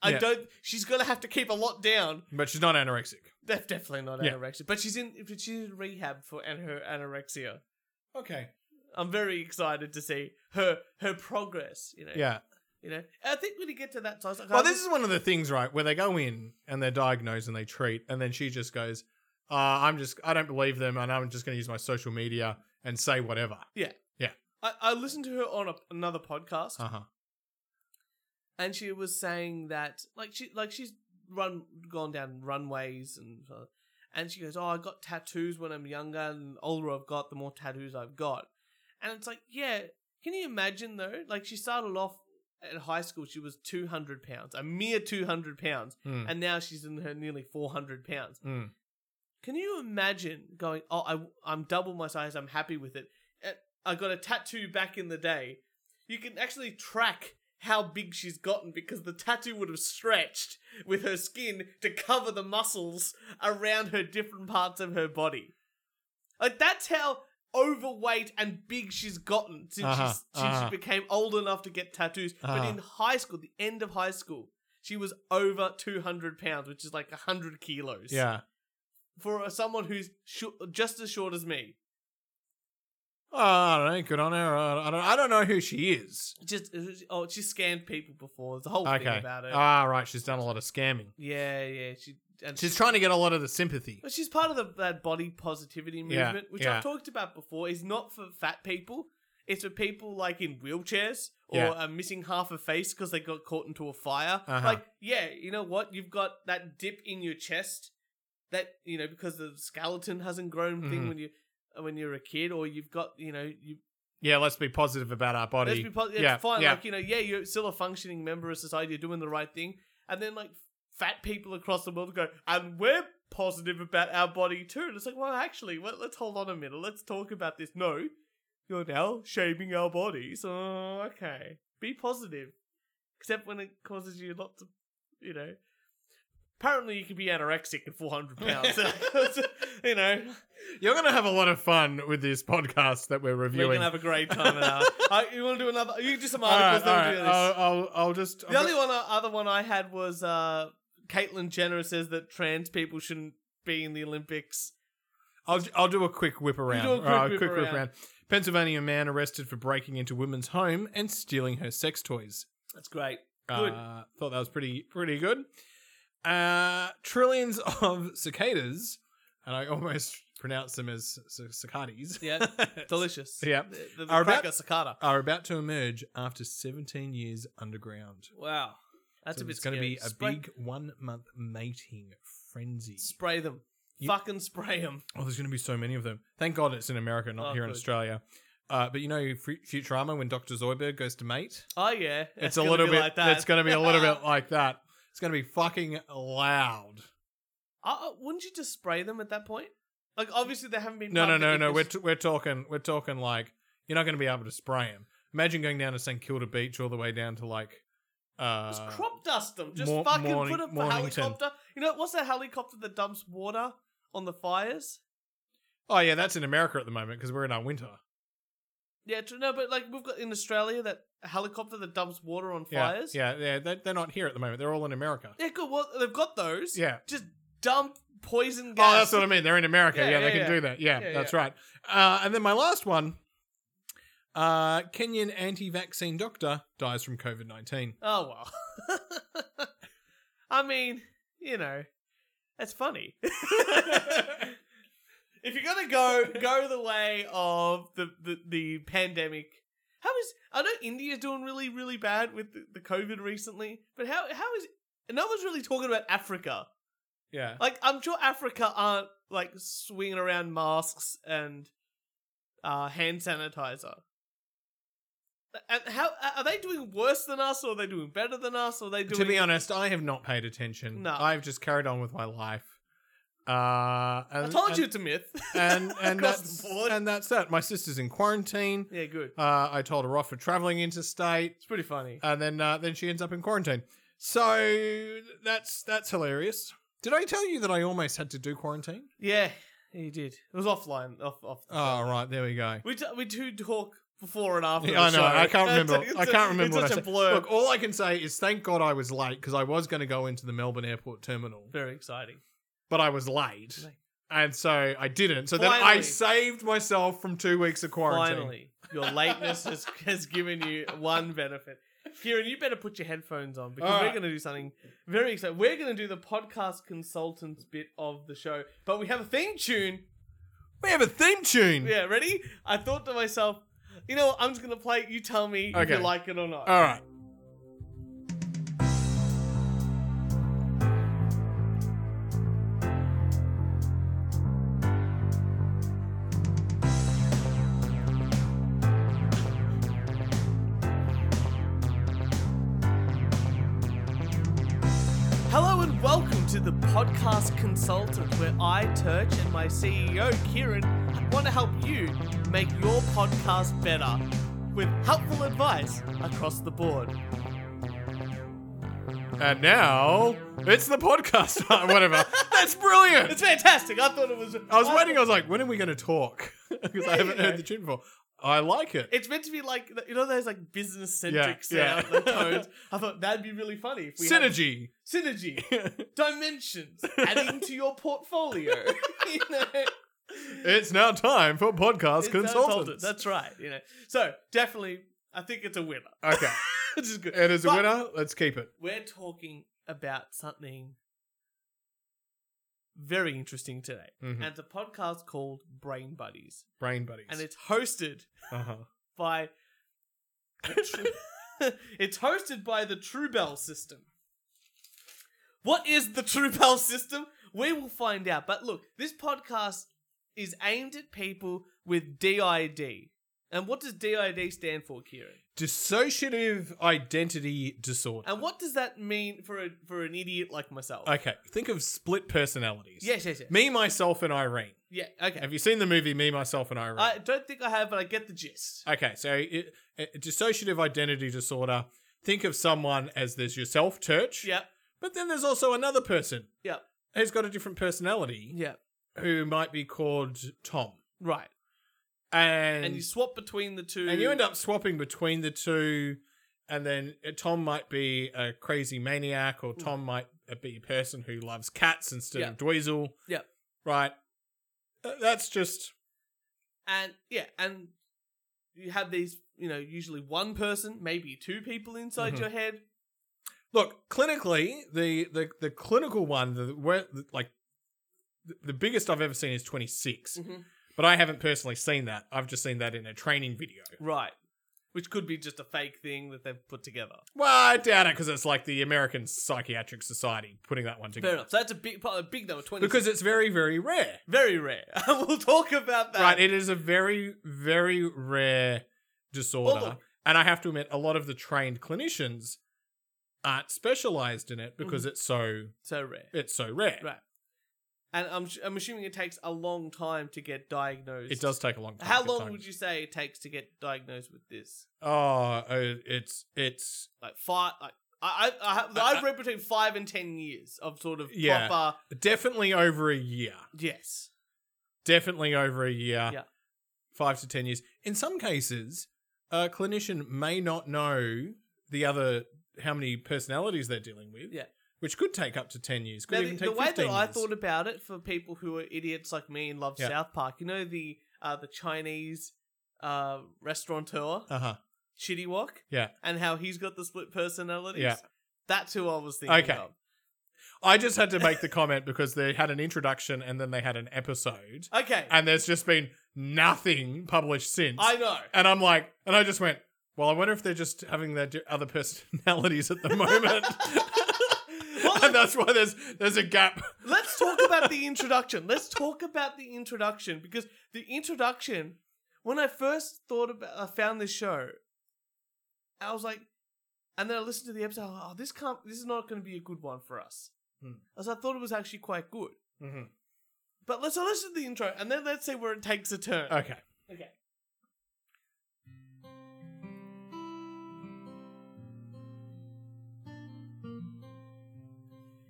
I Yeah. don't. She's gonna have to keep a lot down. But she's not anorexic. That's definitely not Yeah. anorexic. But she's in. But she's in rehab for and her anorexia. Okay. I'm very excited to see her her progress. You know. Yeah. You know. I think when you get to that size, like, Well, I'm- this is one of the things, right, where they go in and they're diagnosed and they treat, and then she just goes, uh, "I'm just, I don't believe them, and I'm just going to use my social media and say whatever. I, I listened to her on a, another podcast, Uh huh. and she was saying that like she like she's run gone down runways and uh, and she goes, "Oh, I got tattoos when I'm younger, and the older I've got, the more tattoos I've got." And it's like, yeah, can you imagine though? Like she started off at high school, she was two hundred pounds, a mere two hundred pounds, Mm. and now she's in her nearly four hundred pounds. Mm. Can you imagine going, oh, I, I'm double my size, I'm happy with it. Uh, I got a tattoo back in the day. You can actually track how big she's gotten because the tattoo would have stretched with her skin to cover the muscles around her different parts of her body. Like, that's how overweight and big she's gotten since, Uh-huh, she's, since uh-huh. she became old enough to get tattoos. But Uh-huh. in high school, the end of high school, she was over 200 pounds, which is like 100 kilos Yeah. for someone who's sh- just as short as me. Oh, I don't know. Good on her. I don't, I don't know who she is. Just oh, she scammed people before. There's a whole thing Okay. about it. Ah, right. She's done a lot of scamming. yeah, yeah. She and She's trying to get a lot of the sympathy. But she's part of the, that body positivity Yeah, movement, which yeah. I've talked about before. Is not for fat people. It's for people like in wheelchairs or Yeah. are missing half a face because they got caught into a fire. Uh-huh. Like, yeah, you know what? You've got that dip in your chest that you know because the skeleton hasn't grown Mhm. thing when you uh, when you're a kid, or you've got you know you Yeah, let's be positive about our body. Let's be positive. Yeah, It's fine. yeah. Like, you know, yeah, you're still a functioning member of society. You're doing the right thing. And then, like, fat people across the world go, and we're positive about our body too. And it's like, well, actually, well, let's hold on a minute. Let's talk about this. No, you're now shaming our bodies. Oh, okay. Be positive. Except when it causes you lots of, you know. Apparently, you can be anorexic at 400 *laughs* pounds. *laughs* you know, You're going to have a lot of fun with this podcast that we're we're going reviewing. to have a great *laughs* time now. I, you want to do another? You can do some All right, articles, then all we'll right. do this. I'll, I'll, I'll just. The only uh, one, other one I had was uh, Caitlyn Jenner says that trans people shouldn't be in the Olympics. I'll, I'll do a quick whip around. do a quick All right, whip around. Pennsylvania man arrested for breaking into woman's home and stealing her sex toys. That's great. Good. Uh, thought that was pretty pretty good. Uh, trillions of cicadas, and I almost *laughs* pronounce them as c- cicadas. *laughs* Yeah, delicious. Yeah. The, the, Are crack about- of cicada. Are about to emerge after 17 years underground. Wow, that's So a bit. It's going to scary. be a Spray- big one month mating frenzy. Spray them. You- Fucking spray them. Oh, there's going to be so many of them. Thank God it's in America, not Oh, here in good. Australia. Uh, but you know, Fu- Futurama when Doctor Zoidberg goes to mate, Oh yeah, it's, that's a gonna little be bit. like that. It's going to be a little bit like that. It's going to be fucking loud. *laughs* Uh, uh, wouldn't you just spray them at that point? Like obviously they haven't been. No, no, pumped no, in no. *laughs* We're because- t- we're talking we're talking like you're not going to be able to spray him. Imagine going down to St Kilda Beach all the way down to like uh, Just crop dust them. Just Mor- fucking Morning- put up a Mornington. helicopter. You know what's that helicopter that dumps water on the fires? Oh yeah, that's in America at the moment because we're in our winter. Yeah, true. No, but like we've got in Australia that helicopter that dumps water on Yeah, fires. Yeah, yeah. They're, they're not here at the moment. They're all in *laughs* America. Yeah, good. Well, they've got those. Yeah. Just dump poison gas. Oh, that's what I mean. They're in America. Yeah, Yeah, they yeah, can yeah. do that. Yeah, Yeah, that's right. Uh, and then my last one uh, Kenyan anti vaccine doctor dies from COVID 19. *laughs* Oh well. *laughs* I mean, you know, that's funny. *laughs* if you're gonna go go the way of the the, the pandemic, how is I know India's doing really really bad with the, the COVID recently, but how how is no one's really talking about Africa. Yeah. Like I'm sure Africa aren't like swinging around masks and uh, hand sanitizer. And how are they doing worse than us, or are they doing better than us, or are they doing? To be honest, I have not paid attention. No. I've just carried on with my life. Uh, and, I told and, you it's a myth. *laughs* And, and, Across that's, the board. and that's that. My sister's in quarantine. yeah, good. Uh, I told her off for traveling interstate. It's pretty funny. and then uh, then she ends up in quarantine. So that's that's hilarious. Did I tell you that I almost had to do quarantine? yeah, he did. It was offline, off, off. the Oh phone. right, there we go. We t- we do talk before and after. Yeah, I the know. show. I can't It's- *laughs* remember. it's I a- can't remember It's what I such a said. blur. Look, all I can say is thank God I was late because I was going to go into the Melbourne Airport terminal, Very exciting. but I was late, Late. and so I didn't. So then I Finally. saved myself from two weeks of quarantine. Finally, your lateness has, has given you one benefit. Kieran, you better put your headphones on because All we're right. going to do something very exciting. We're going to do the podcast consultants bit of the show, but we have a theme tune. We have a theme tune. Yeah, ready? I thought to myself, you know what? I'm just going to play it. You tell me if Okay. you like it or not. All right. Hello and welcome to the podcast consultant, where I, Turch, and my CEO, Kieran, want to help you make your podcast better with helpful advice across the board. And now it's the podcast *laughs* time. *laughs* Whatever. That's brilliant. It's fantastic. I thought it was. I was waiting. I was like, when are we going to talk? *laughs* Because I haven't heard the tune before. I like it. It's meant to be like you know those like business centric Yeah, yeah. *laughs* sound the tones. I thought that'd be really funny if we had- Synergy. synergy *laughs* it's dimensions adding to your portfolio. *laughs* you know? now time for podcast It's uh, consultants. That's right. You know, so definitely, I think it's a winner. *laughs* okay. Which is good. It is a But- winner. Let's keep it. we're talking about something very interesting today. Mhm. And it's a podcast called Brain Buddies. Brain buddies. And it's hosted uh-huh. by *laughs* It's hosted by the Truebell system. What is the Truebell system? We will find out. But look, this podcast is aimed at people with DID. And what does DID stand for, Kieran? dissociative identity disorder. And what does that mean for a, for an idiot like myself? Okay, think of split personalities. Yes, yes, yes. Me, myself, and Irene. Yeah, okay. Have you seen the movie Me, Myself, and Irene? I don't think I have, but I get the gist. Okay, so it, it- dissociative identity disorder. Think of someone as there's yourself, Turch. Yep, But then there's also another person. Yep. Who's got a different personality yep, who might be called Tom. right. And, And, you swap between the two. and you end up swapping between the two. And then uh, Tom might be a crazy maniac, or Mm. Tom might uh, be a person who loves cats instead of Dweezil. Yep. Right. Uh, That's just. and yeah, and you have these. You know, usually one person, maybe two people inside Mhm. your head. Look, clinically, the the, the clinical one, the, where, like the, the biggest I've ever seen is 26, Mhm. but I haven't personally seen that. I've just seen that in a training video. Right, which could be just a fake thing that they've put together. Well, I doubt it because it's like the American Psychiatric Society putting that one Fair together enough. So that's a big, part- a big number. Twenty because it's very, very rare. very rare. *laughs* we'll talk about that. Right, it is a very, very rare disorder, Although- and I have to admit, a lot of the trained clinicians aren't specialized in it because it's so so rare. it's so rare. Mm-hmm. Right. And I'm I'm assuming it takes a long time to get diagnosed. It does take a long time. How long would you say it takes to get diagnosed with this? Oh, uh, it's it's like five. Like, I, I, I, have- I- I've read between five and ten years of sort of Yeah. proper. definitely over a year. Yes, Definitely over a year. Yeah. Five to ten years. In some cases, a clinician may not know the other how many personalities they're dealing with. Yeah. Which could take up to ten years. Could now, the, even take the way that 15 I years. thought about it for people who are idiots like me and love Yeah. South Park, you know the uh, the Chinese uh, restaurateur Uh huh. Chitty Wok, Yeah. and how he's got the split personalities. Yeah. that's who I was thinking Okay. of. I just had to make the comment because they had an introduction and then they had an episode, Okay, and there's just been nothing published since. I know. and I'm like, and I just went, well, I wonder if they're just having their di- other personalities *laughs* at the moment. *laughs* Well, and that's why there's there's a gap. Let's talk about the introduction. Let's talk about the introduction because the introduction, when I first thought about, I found this show, I was like, and then I listened to the episode. Oh, this can't. This is not going to be a good one for us. Hmm. Mm-hmm. As I thought it was actually quite good. But let's listen to the intro and then let's see where it takes a turn. Okay. Okay.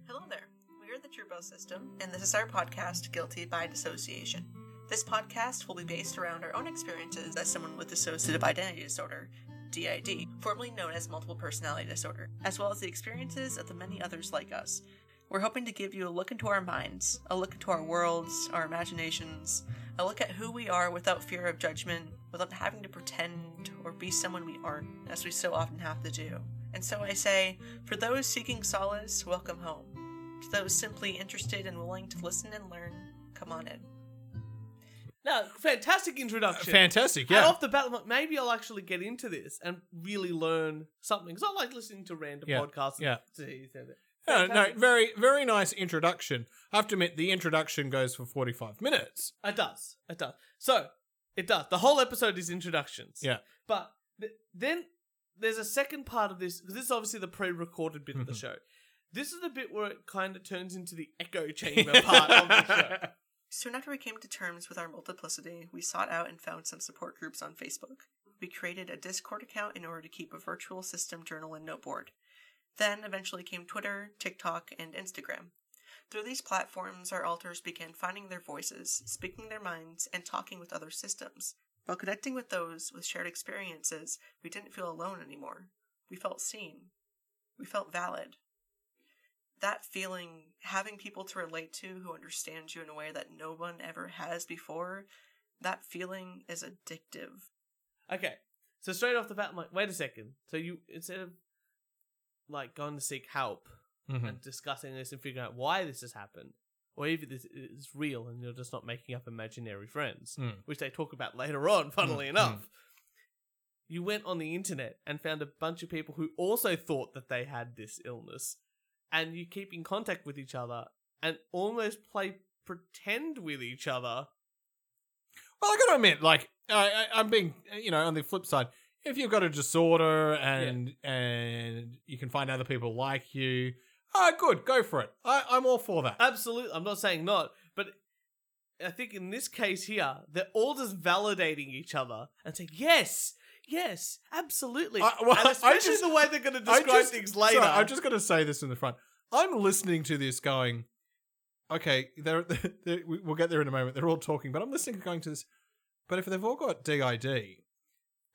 Hello there. We are the Turbo System, and this is our podcast, Guilty by Dissociation. This podcast will be based around our own experiences as someone with dissociative identity disorder, DID, formerly known as multiple personality disorder, as well as the experiences of the many others like us. We're hoping to give you a look into our minds, a look into our worlds, our imaginations, a look at who we are without fear of judgment, without having to pretend or be someone we aren't, as we so often have to do. And so I say, for those seeking solace, welcome home. To those simply interested and willing to listen and learn, come on in. No, fantastic introduction. Fantastic, And yeah. off the bat, I'm like, maybe I'll actually get into this and really learn something. It's not like listening to random Yeah, podcasts. and- yeah. So he said that. No, no, Fantastic. very, very nice introduction. I have to admit, the introduction goes for 45 minutes. It does. It does. So it does. The whole episode is introductions. Yeah. But th- then there's a second part of this because this is obviously the pre-recorded bit of the Mhm. show. This is the bit where it kind of turns into the echo chamber part of the show. Soon after we came to terms with our multiplicity, we sought out and found some support groups on Facebook. We created a Discord account in order to keep a virtual system journal and noteboard. Then eventually came Twitter, TikTok, and Instagram. Through these platforms, our alters began finding their voices, speaking their minds, and talking with other systems. While connecting with those with shared experiences, we didn't feel alone anymore. We felt seen. We felt valid that feeling, having people to relate to who understand you in a way that no one ever has before, that feeling is addictive. Okay. So straight off the bat, I'm like, wait a second. So you instead of like going to seek help Mhm. and discussing this and figuring out why this has happened, or if this is real and you're just not making up imaginary friends, Mm. which they talk about later on, funnily Mm, enough. You went on the internet and found a bunch of people who also thought that they had this illness, and you keep in contact with each other and almost play pretend with each other. Well, I got to admit, like, I, I, I'm being, you know, on the flip side, if you've got a disorder and and you can find other people like you, ah, good, go for it. I, I'm all for that. Absolutely, I'm not saying not, but I think in this case here, they're all just validating each other and saying, "Yes, yes, absolutely." I- well, and I especially just- the way they're going to I describe just- things later. sorry, I'm just going to say this in the front. I'm listening to this going, okay, they're, *laughs* they're, we- we'll get there in a moment. They're all talking, but I'm listening going to this. But if they've all got DID,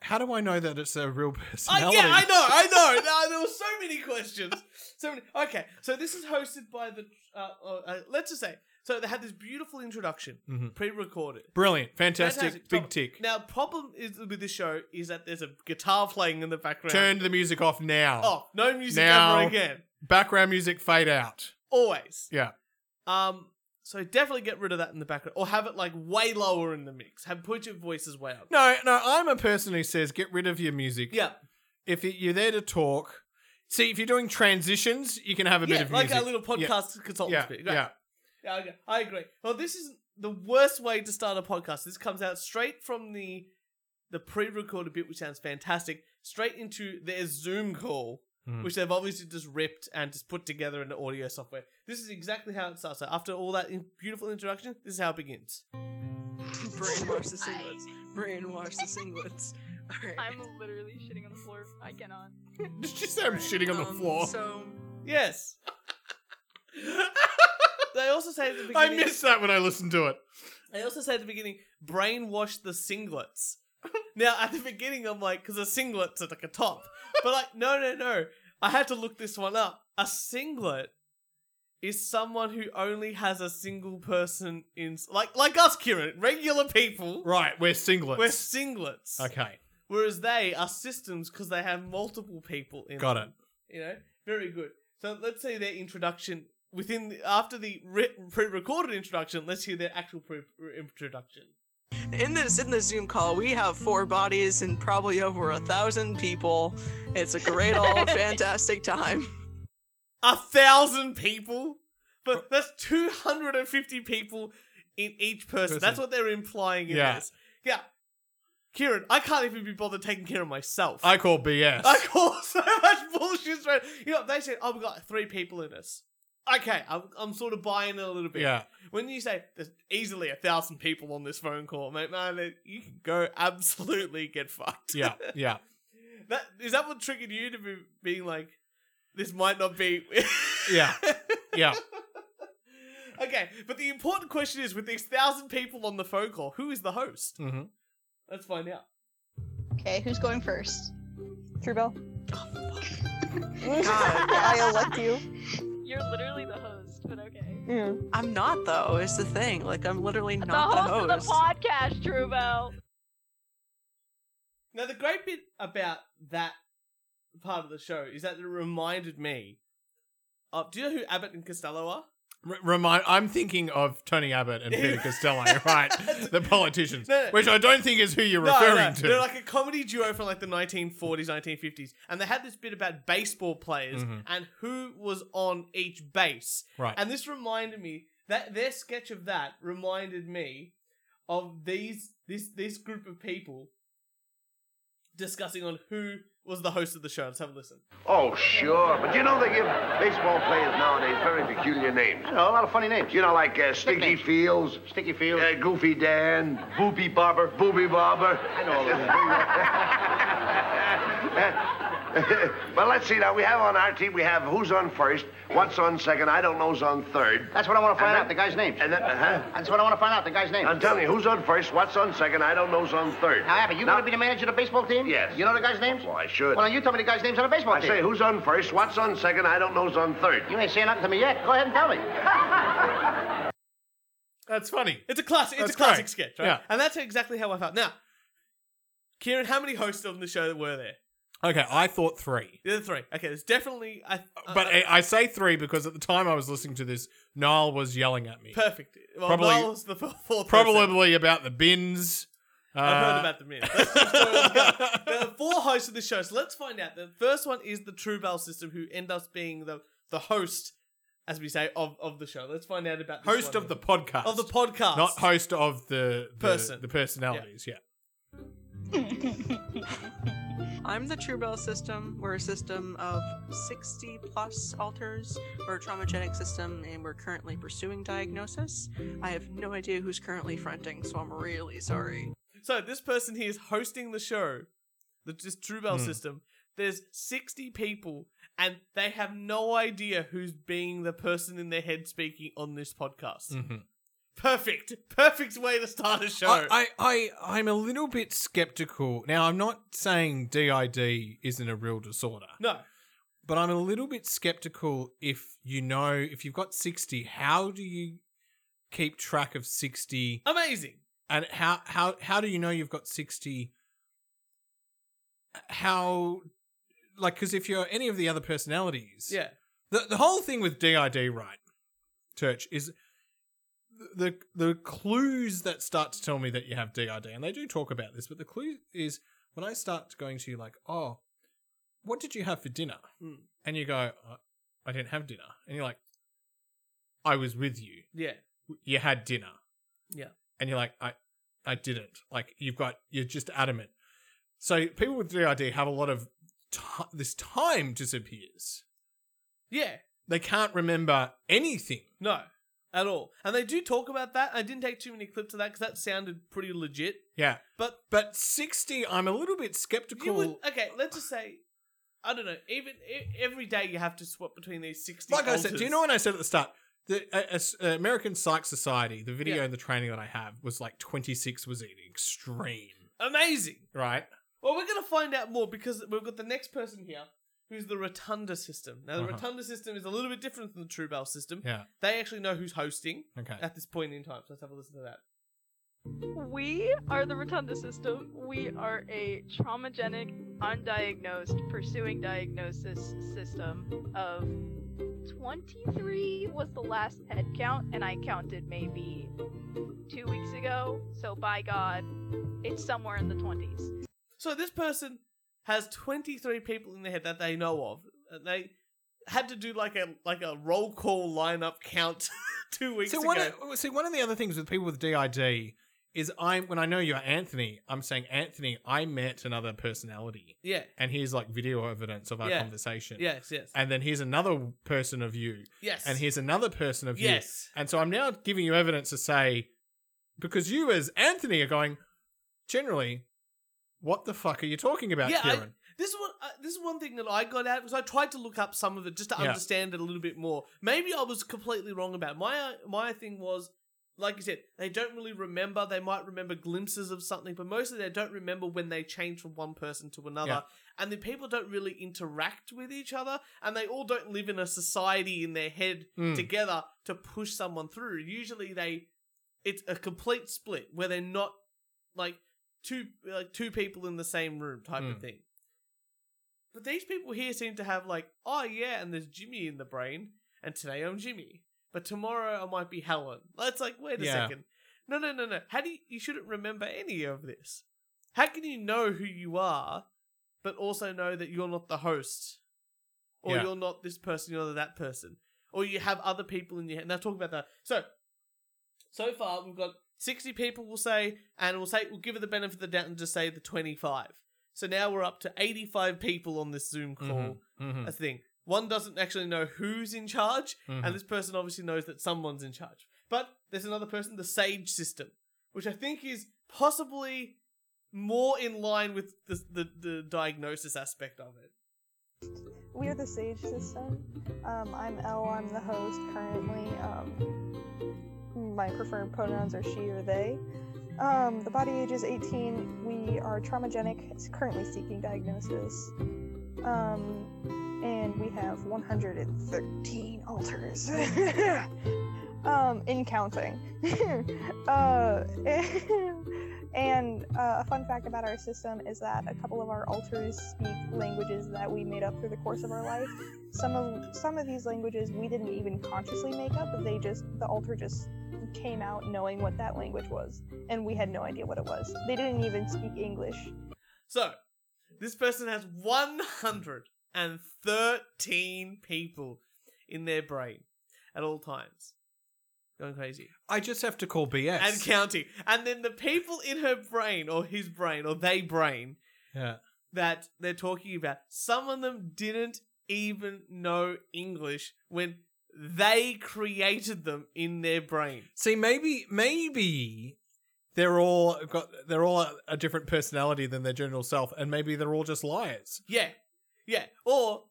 how do I know that it's a real I, personality? Uh, yeah, I know, I know. Now, there were so many questions. So many. Okay, so this is hosted by the. Uh, uh, uh, let's just say, so they had this beautiful introduction, Mhm. pre-recorded. Brilliant, fantastic, Fantastic. big tick. Now, problem is with this show is that there's a guitar playing in the background. Turn the music off now. Oh, no music Now. ever again. Background music fade out. Always. Yeah. Um, so definitely get rid of that in the background, or have it like way lower in the mix. Have put your voices way up. No, no, I'm a person who says get rid of your music. Yeah, If you- you're there to talk, see, if you're doing transitions, you can have a yeah, bit of like music. our little podcast consultant. yeah, bit. Great. yeah. Yeah, okay. I agree. Well, this is the worst way to start a podcast. This comes out straight from the the pre-recorded bit, which sounds fantastic, straight into their Zoom call, Mhm. which they've obviously just ripped and just put together in the audio software. This is exactly how it starts. So after all that in- beautiful introduction, this is how it begins. Brainwash the I, singlets. Brainwash the singlets. *laughs* Alright. I'm literally shitting on the floor. I cannot. Did you say I'm shitting on the Um, floor? So Yes. they also say at the beginning. I missed that when I listened to it. They also say at the beginning, brainwash the singlets. now, at the beginning, I'm like, because a singlet's at like a top. But like, no, no, no. I had to look this one up. A singlet is someone who only has a single person in, like, like us, Kieran, regular people. Right, we're singlets. We're singlets. okay, Whereas they are systems because they have multiple people in. got them. it. You know, very good. So let's see their introduction within the, after the re- pre-recorded introduction. Let's hear their actual pre- introduction. in this in the Zoom call, we have four bodies and probably over a thousand people. It's a *laughs* great old fantastic time. A thousand people, but that's two hundred and fifty people in each person. Person. That's what they're implying in Yeah. this. Yeah, Kieran, I can't even be bothered taking care of myself. I call BS. *laughs* I call so much bullshit straight. You know, they said, "Oh, we got three people in us." Okay, I'm, I'm sort of buying it a little bit. yeah, When you say there's easily a thousand people on this phone call, mate, man, it- you can go absolutely get fucked. yeah, yeah. *laughs* that is that what triggered you to be being like, this might not be. *laughs* Yeah. Yeah. okay, but the important question is, with these thousand people on the phone call, who is the host? hmm Let's find out. Okay, who's going first? Truebell, *laughs* I God. elect you. You're literally the host, but okay. Mm. I'm not though. It's the thing. Like I'm literally The not host, of the podcast, *laughs* Trubo. Now, the great bit about that part of the show is that it reminded me of. Do you know who Abbott and Costello are? R- remind. I'm thinking of Tony Abbott and *laughs* Peter Costello, right? The politicians, No, no. which I don't think is who you're No, referring no, to. They're like a comedy duo from like the 1940s, 1950s, and they had this bit about baseball players Mhm. and who was on each base. right. And this reminded me that their sketch of that reminded me of these this this group of people discussing on who was the host of the show. Let's have a listen. Oh, sure. But you know, they give baseball players nowadays very peculiar names. I know, a lot of funny names. You know, like uh, Sticky Nicknames. Fields, Sticky Fields. uh, Goofy Dan, Booby Barber. Booby Barber. I know all of them. *laughs* well, let's see now. We have on our team, we have who's on first, what's on second, I don't know's on third. That's what I want to find And out, the guy's names. And then, uh-huh. That's what I want to find out, the guy's name. I'm telling you, who's on first, what's on second, I don't know's on third. Now, Abby, you Now- going to be the manager of the baseball team? Yes. You know the guy's names? Well, I should. Well, now you tell me the guy's names on the baseball I team. say, who's on first, what's on second, I don't know's on third. You ain't saying nothing to me yet. Go ahead and tell me. That's funny. It's a classic. It's That's a classic great. sketch, right? Yeah. And that's exactly how I felt. Now, Kieran, how many hosts on the show were there? Okay, I thought three. The other three. Okay, there's definitely. I, But I- I, I say three because at the time I was listening to this, Niall was yelling at me. Perfect. Well, Probably- Niall's the *laughs* f- fourth. person. Probably about the bins. I've Uh, heard about the myth. Let's just go *laughs* with the- There are four hosts of the show, so let's find out. The first one is the True Bell system, who end up being the the host, as we say, of, of the show. Let's find out about this host one of here. the podcast. of the podcast. Not host of the, the Person. The personalities, yeah. I'm the Truebell system. We're a system of 60 plus alters. We're a traumagenic system and we're currently pursuing diagnosis. I have no idea who's currently fronting, so I'm really sorry. So this person here is hosting the show, the this True Bell Hmm. system. There's 60 people, and they have no idea who's being the person in their head speaking on this podcast. Mhm. Perfect, perfect way to start a show. I, I, I, I'm a little bit skeptical. Now, I'm not saying DID isn't a real disorder, no, but I'm a little bit skeptical if you know, if you've got 60, how do you keep track of 60? amazing. and how how how do you know you've got 60 how like because if you're any of the other personalities Yeah. the, the whole thing with did right church is the the clues that start to tell me that you have did and they do talk about this but the clue is when i start going to you like oh what did you have for dinner Mm. and you go "Uh, i didn't have dinner and you're like i was with you Yeah. you had dinner. Yeah. And you're like, I, I didn't. Like you've got, you're just adamant. So people with DID have a lot of ti this time disappears. Yeah. They can't remember anything. No. At all. And they do talk about that. I didn't take too many clips of that because that sounded pretty legit. Yeah. But But 60, I'm a little bit you skeptical. would, uh, okay, let's just say, I don't know, even e- every day you have to swap between these 60 like I said, do you alters. know when I said at the start? The uh, as- uh, American Psych Society, the video Yeah. and the training that I have was like 26 was an extreme, Amazing. right? Well, we're going to find out more because we've got the next person here who's the Rotunda system. Now, the Uh-huh. Rotunda system is a little bit different from the True Bell system. Yeah. They actually know who's hosting Okay. at this point in time. So let's have a listen to that. We are the Rotunda system. We are a traumagenic, undiagnosed, pursuing diagnosis system of 23 was the last head count, and I counted maybe two weeks ago. So by God, it's somewhere in the 20s. So this person has 23 people in their head that they know of. And they had to do like a like a roll call lineup count *laughs* two weeks So ago. one, of, see, one of the other things with people with DID is I when I know you're Anthony, I'm saying Anthony, I met another personality, yeah. and here's like video evidence of our Yeah. conversation. Yes. Yes. And then here's another person of you, yes. and here's another person of you. yes. And so I'm now giving you evidence to say, because you as Anthony are going, generally, what the fuck are you talking about, Yeah, I- Kieran? This is one. Uh, this is one thing that I got out because I tried to look up some of it just to Yeah. understand it a little bit more. Maybe I was completely wrong about it. my uh, my thing was, like you said, they don't really remember. They might remember glimpses of something, but mostly they don't remember when they change from one person to another. Yeah. And the people don't really interact with each other, and they all don't live in a society in their head Mm. together to push someone through. Usually they it's a complete split where they're not like two like two people in the same room type of Mm. thing. But these people here seem to have like, oh yeah, and there's Jimmy in the brain, and today I'm Jimmy. but tomorrow I might be Helen. It's like, wait a Yeah. second. No, no, no, no. How do you, you shouldn't remember any of this? How can you know who you are, but also know that you're not the host, or Yeah. you're not this person, you're that person, or you have other people in your head? Now talk about that. So, so far we've got sixty people. We'll say, and we'll say we'll give it the benefit of the doubt and just say the twenty-five. So now we're up to eighty-five people on this Zoom call Mhm, a thing. One doesn't actually know who's in charge, mhm, and this person obviously knows that someone's in charge. But there's another person, the Sage system, which I think is possibly more in line with the the, the diagnosis aspect of it. We are the Sage System. Um, I'm Elle. I'm the host currently. Um, my preferred pronouns are she or they. Um, the body age is 18. We are traumagenic. It's currently seeking diagnosis. Um, and we have 113 alters. *laughs* um, in counting. *laughs* uh, *laughs* And uh, a fun fact about our system is that a couple of our alters speak languages that we made up through the course of our life. Some of some of these languages we didn't even consciously make up, but they just the alter just came out knowing what that language was, and we had no idea what it was. They didn't even speak English. So, this person has 113 people in their brain at all times. Going crazy. I just have to call BS. And counting. And then the people in her brain, or his brain, or they brain, yeah. that they're talking about. Some of them didn't even know English when they created them in their brain. See, maybe maybe they're all got they're all a, a different personality than their general self, and maybe they're all just liars. Yeah. Yeah. Or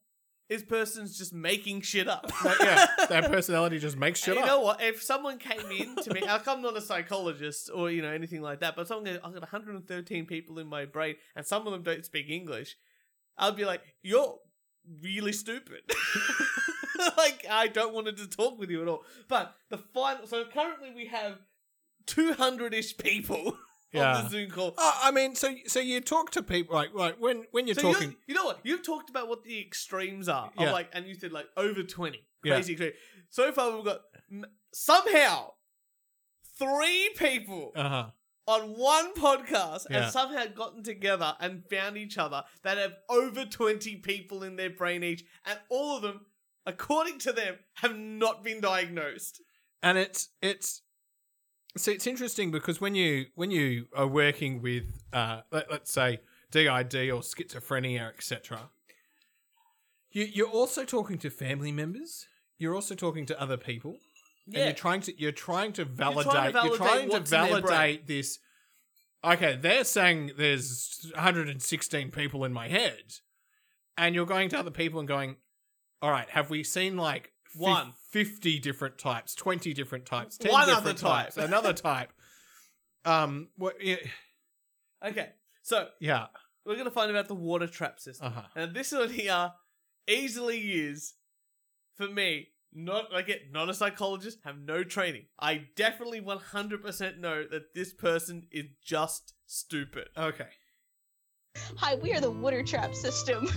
this person's just making shit up. Like, *laughs* *laughs* yeah, their personality just makes shit And you up. know what? If someone came in to me, like, I'm not a psychologist or you know anything like that, but someone goes, I've got 113 people in my brain, and some of them don't speak English, I'd be like, you're really stupid. *laughs* like I don't want to talk with you at all. But the final, so currently we have 200 ish people *laughs* Yeah. on the Zoom call. Oh, I mean, so so you talk to people like right when when you're So you know- talking. You know, what? You've talked about what the extremes are. Yeah. Of like, and you said like over twenty, Yeah. crazy extreme. So far, we've got m- somehow three people Uh huh. on one podcast Yeah. have somehow gotten together and found each other that have over twenty people in their brain each, and all of them, according to them, have not been diagnosed. and it's it's so it's interesting because when you when you are working with uh let, let's say did or schizophrenia etc you you're also talking to family members you're also talking to other people and you're trying to you're trying to validate you're trying to validate validate, what's in their brain. this okay they're saying there's 116 people in my head and you're going to other people and going all right have we seen like fif- One. 50 different types 20 different types 10 One different other type. types, another type um what yeah, okay, so yeah we're gonna find about the water trap system. uh-huh And this one here easily is for me. Not again, not a psychologist, have no training. I definitely 100% know that this person is just stupid. okay Hi, we are the Water Trap System.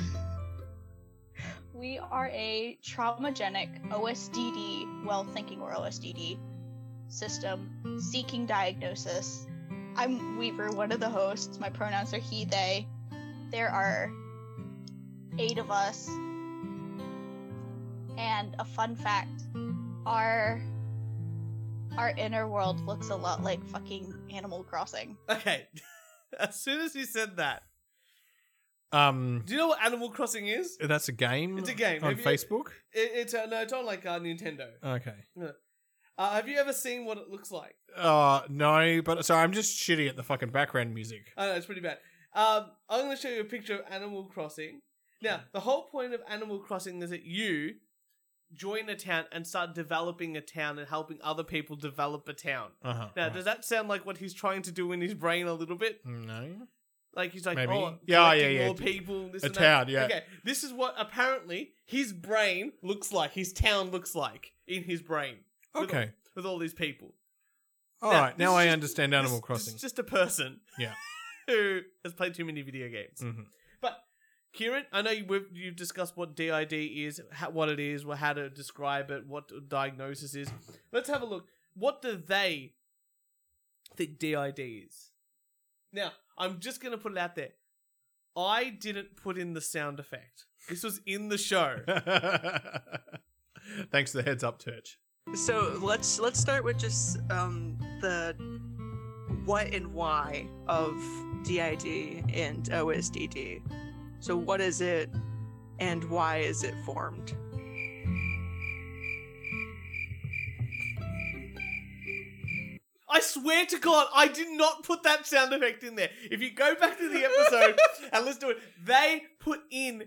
*laughs* we are a traumagenic OSDD, well thinking or OSDD system seeking diagnosis. I'm Weaver, one of the hosts. My pronouns are he, they. There are eight of us. And a fun fact our our inner world looks a lot like fucking Animal Crossing. Okay. *laughs* as soon as you said that, um do you know what Animal Crossing is? that's a game It's a game. on Have you- facebook It, it's uh, no, it's on like uh, Nintendo. okay Uh, have you ever seen what it looks like? uh no but sorry i'm just shitty at the fucking background music I know it's Oh, pretty bad. Um, I'm going to show you a picture of Animal Crossing. Hmm. Now, the whole point of Animal Crossing is that you join a town and start developing a town and helping other people develop a town. uh-huh Now, right. does that sound like what he's trying to do in his brain a little bit? no Like he's like, Maybe. oh, Yeah, yeah, collecting yeah. more people, this A and that. town, yeah. Okay, this is what apparently his brain looks like. His town looks like in his brain With- Okay. with all these people. All Now, right. this Now is I just- understand Animal This- Crossing. *laughs* This is just a person. Yeah. who has played too many video games. Mhm. But Kieran, I know you- we've, you've discussed what DID is, how, what it is, wha- how to describe it, what a diagnosis is. Let's have a look. What do they think DID is? Now, I'm just going to put it out there. I didn't put in the sound effect. This was in the show. *laughs* Thanks for the heads up, Turch. So let's let's start with just um, the what and why of DID and OSDD. So what is it, and why is it formed? I swear to God, I did not put that sound effect in there. If you go back to the episode and listen to it, they put in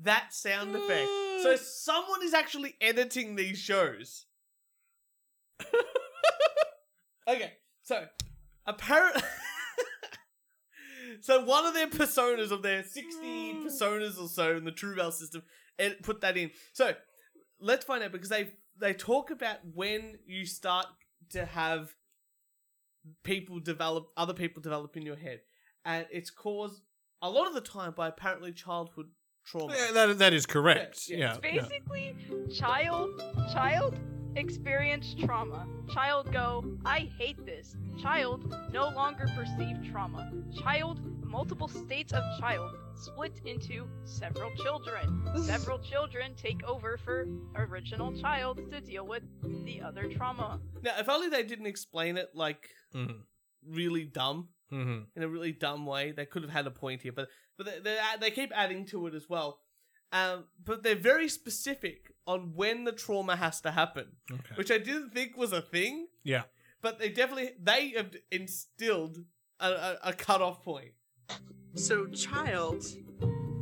that sound effect. So someone is actually editing these shows. okay, so apparently. *laughs* So one of their personas of their 60 Hmm. personas or so in the True Bell system and put that in. So let's find out because they they talk about when you start to have people develop other people develop in your head and it's caused a lot of the time by apparently childhood trauma Yeah, that, that is correct. Yeah, Yeah. yeah. yeah, Basically, child child experience trauma. Child go, I hate this. Child no longer perceive trauma. Child multiple states of child split into several children. *laughs* Several children take over for original child to deal with the other trauma. now if only they didn't explain it like Mm-hmm. really dumb hmm hmm in a really dumb way they could have had a point here but but they, they, they keep adding to it as well um, but they're very specific on when the trauma has to happen Okay. which i didn't think was a thing yeah. but they definitely they have instilled a, a, a cut-off point So child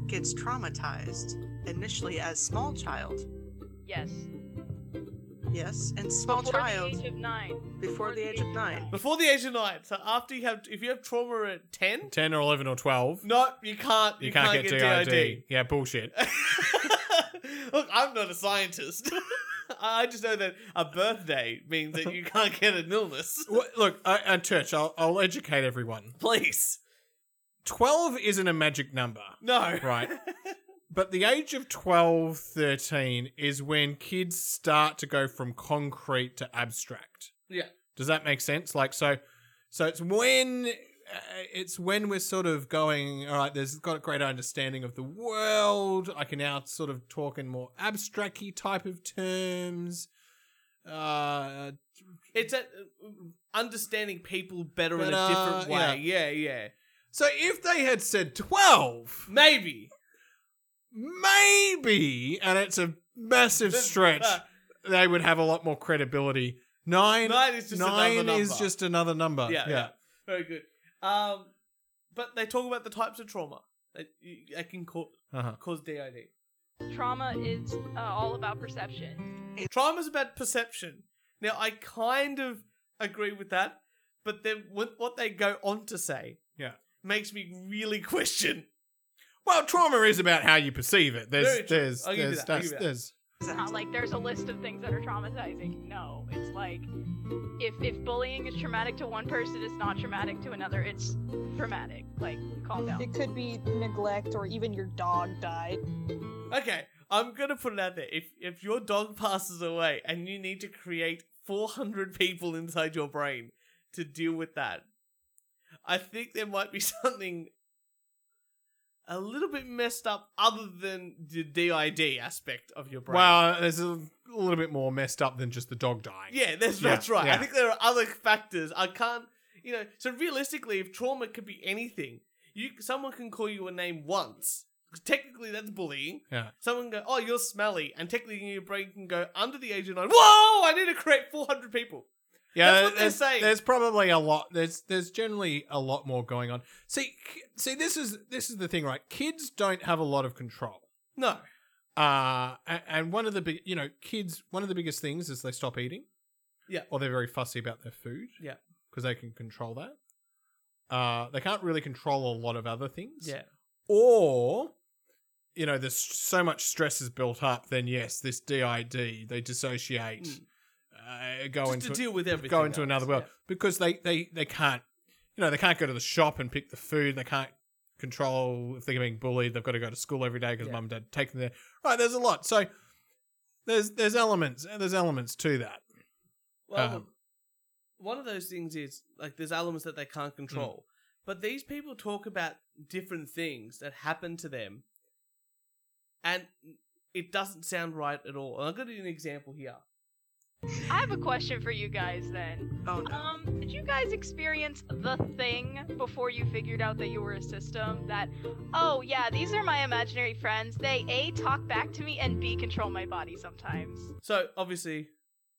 gets traumatized initially as small child, Yes. yes, and small Before child the age of nine. before the age of nine. Before the age of nine. So after you have, if you have trauma at ten, 10 or 11 or 12. no, you can't. You, can't, get, DID. Yeah, bullshit. *laughs* Look, I'm not a scientist. *laughs* I just know that a birthday means that you can't get an illness. *laughs* well, look, uh, and Church, I'll, I'll educate everyone. Please, 12 isn't a magic number, no. right? but the age of 12, 13 is when kids start to go from concrete to abstract. Yeah. Does that make sense? Like, so, so it's when. Uh, it's when we're sort of going, all right, there's got a great understanding of the world. I can now sort of talk in more abstract type of terms. Uh, It's a, understanding people better in a Better, different way. Yeah, yeah. So if they had said 12, Maybe. maybe, and it's a massive stretch, uh, they would have a lot more credibility. Nine, Nine is just nine another is number. just another number. yeah, yeah. yeah. Very good. Um, but they talk about the types of trauma that you- that can cause, Uh-huh. cause DID. Trauma is uh, all about perception. Trauma's about perception. Now, I kind of agree with that, but then what, what they go on to say Yeah. makes me really *laughs* question. Well, trauma is about how you perceive it. Very There's, true. there's, I'll give you there's, that. I'll give that's, you that. there's, not like there's a list of things that are traumatizing. No, it's like if if bullying is traumatic to one person, it's not traumatic to another. It's traumatic. Like calm down. *laughs* It could be neglect or even your dog died. Okay, I'm going to put it out there. If, if your dog passes away and you need to create 400 people inside your brain to deal with that, I think there might be *laughs* something a little bit messed up other than the DID aspect of your brain. well, there's a little bit more messed up than just the dog dying. Yeah, that's, Yeah, that's right. I yeah. think there are other factors. I can't, you know. So realistically, if trauma could be anything, you someone can call you a name once. Technically, that's bullying. Yeah. Someone can go, oh, you're smelly, and technically your brain can go under the age of nine. Whoa! I need to create four hundred people. Yeah, That's what they're there's, saying. There's probably a lot. There's there's generally a lot more going on. See, k- see, this is this is the thing, right? Kids don't have a lot of control. No. Uh, a- and one of the big, you know, kids, one of the biggest things is they stop eating. Yeah. Or they're very fussy about their food. Yeah. Because they can control that. Uh, they can't really control a lot of other things. Yeah. Or, you know, there's so much stress is built up, then yes, this DID, they dissociate, Mm. uh, go Just into to deal with everything. go into else. another world Yeah. because they, they they can't you know they can't go to the shop and pick the food they can't control. If they're being bullied, they've got to go to school every day because Yeah. mum and dad take them there. Right, there's a lot. So there's there's elements there's elements to that. Well, Um, one of those things is like there's elements that they can't control, but these people talk about different things that happen to them, and it doesn't sound right at all. And I've got an example here. I have a question for you guys then. Oh no. *laughs* Um, did you guys experience the thing before you figured out that you were a system that, oh yeah, these are my imaginary friends. They A, talk back to me, and B, control my body sometimes? So obviously,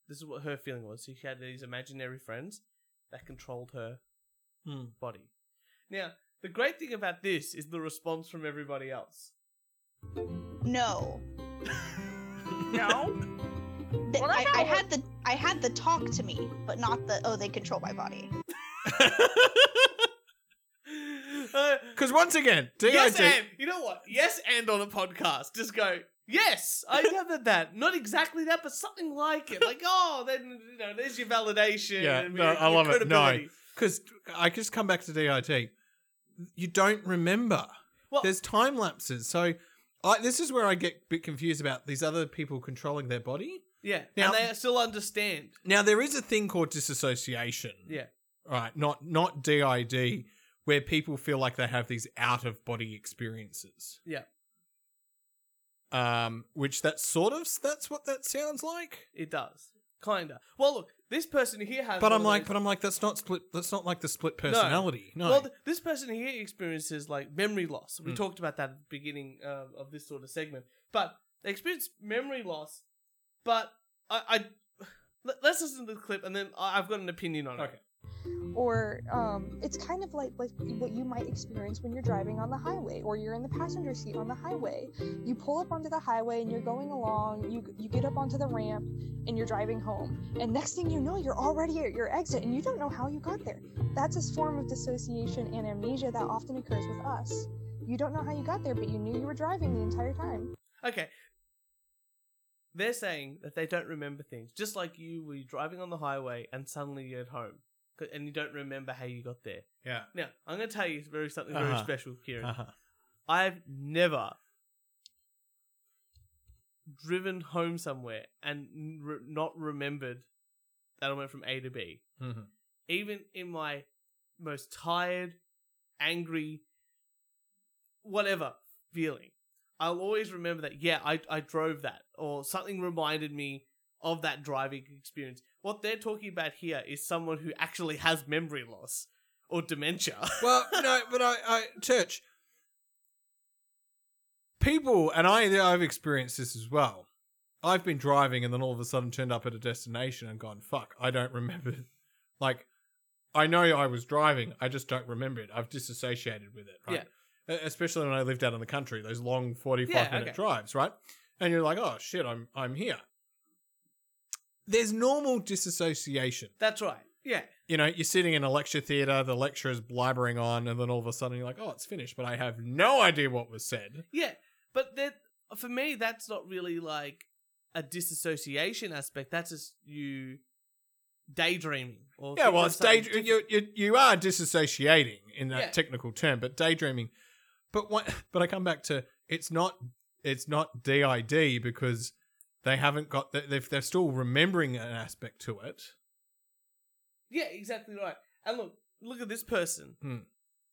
this is what her feeling was. She had these imaginary friends that controlled her body. Now, the great thing about this is the response from everybody else. *laughs* No. *laughs* No? Th- Well, that's I, I how it- had the I had the talk to me, but not the oh they control my body. Uh, Because once again, DID. yes, and you know what? Yes, and on a podcast, just go. Yes, *laughs* I gathered that. Not exactly that, but something like it. Like, oh, then you know, there's your validation. Yeah, and no, your- I your love it. No. credibility. Because I just come back to DIT. You don't remember. Well- There's time lapses. So I, this is where I get a bit confused about these other people controlling their body. yeah, Now- and they still understand. Now there is a thing called disassociation. Yeah. Right. Not not DID, where people feel like they have these out of body experiences. Yeah. Um, which that sort of that's what that sounds like. It does, kinda. Well, look, this person here has. But one I'm of like, those- but I'm like, that's not split. That's not like the split personality. No. Well, th- this person here experiences like memory loss. We Mm. talked about that at the beginning um, of this sort of segment, but they experience memory loss. But I, *sighs* I let- let's listen to the clip, and then I, I've got an opinion on it. Okay. or um, it's kind of like, like what you might experience when you're driving on the highway or you're in the passenger seat on the highway you pull up onto the highway and you're going along you, you get up onto the ramp and you're driving home and next thing you know you're already at your exit and you don't know how you got there that's a form of dissociation and amnesia that often occurs with us you don't know how you got there but you knew you were driving the entire time Okay. They're saying that they don't remember things, just like you were driving on the highway and suddenly you're at home, 'Cause- and you don't remember how you got there. yeah. Now, I'm going to tell you very something very Uh-huh. special, Kieran. Uh-huh. I've never driven home somewhere and n- re- not remembered that I went from A to B. Mm-hmm. Even in my most tired, angry, whatever feeling, I'll always remember that, yeah, I, I drove that, or something reminded me of that driving experience. What they're talking about here is someone who actually has memory loss or dementia. *laughs* well, no, but I, I church people, and I, I've experienced this as well. I've been driving, and then all of a sudden turned up at a destination and gone, "Fuck, I don't remember." *laughs* Like, I know I was driving, I just don't remember it. I've disassociated with it, right? E- Especially when I lived out in the country, those long forty-five Yeah, minute okay. drives, right? And you're like, "Oh shit, I'm I'm here." There's normal disassociation That's right. Yeah. you know, you're sitting in a lecture theatre, the lecturer's blabbering on, and then all of a sudden you're like, oh, it's finished, but I have no idea what was said. Yeah, but that for me, that's not really like a disassociation aspect. That's just you daydreaming. Or yeah, thinking well, of it's something day- different. you, you, you are disassociating in that Yeah. technical term, but daydreaming. But what, *laughs* but I come back to it's not it's not DID because they haven't got they- they've, they're still remembering an aspect to it. Yeah, exactly right. And look, look at this person. I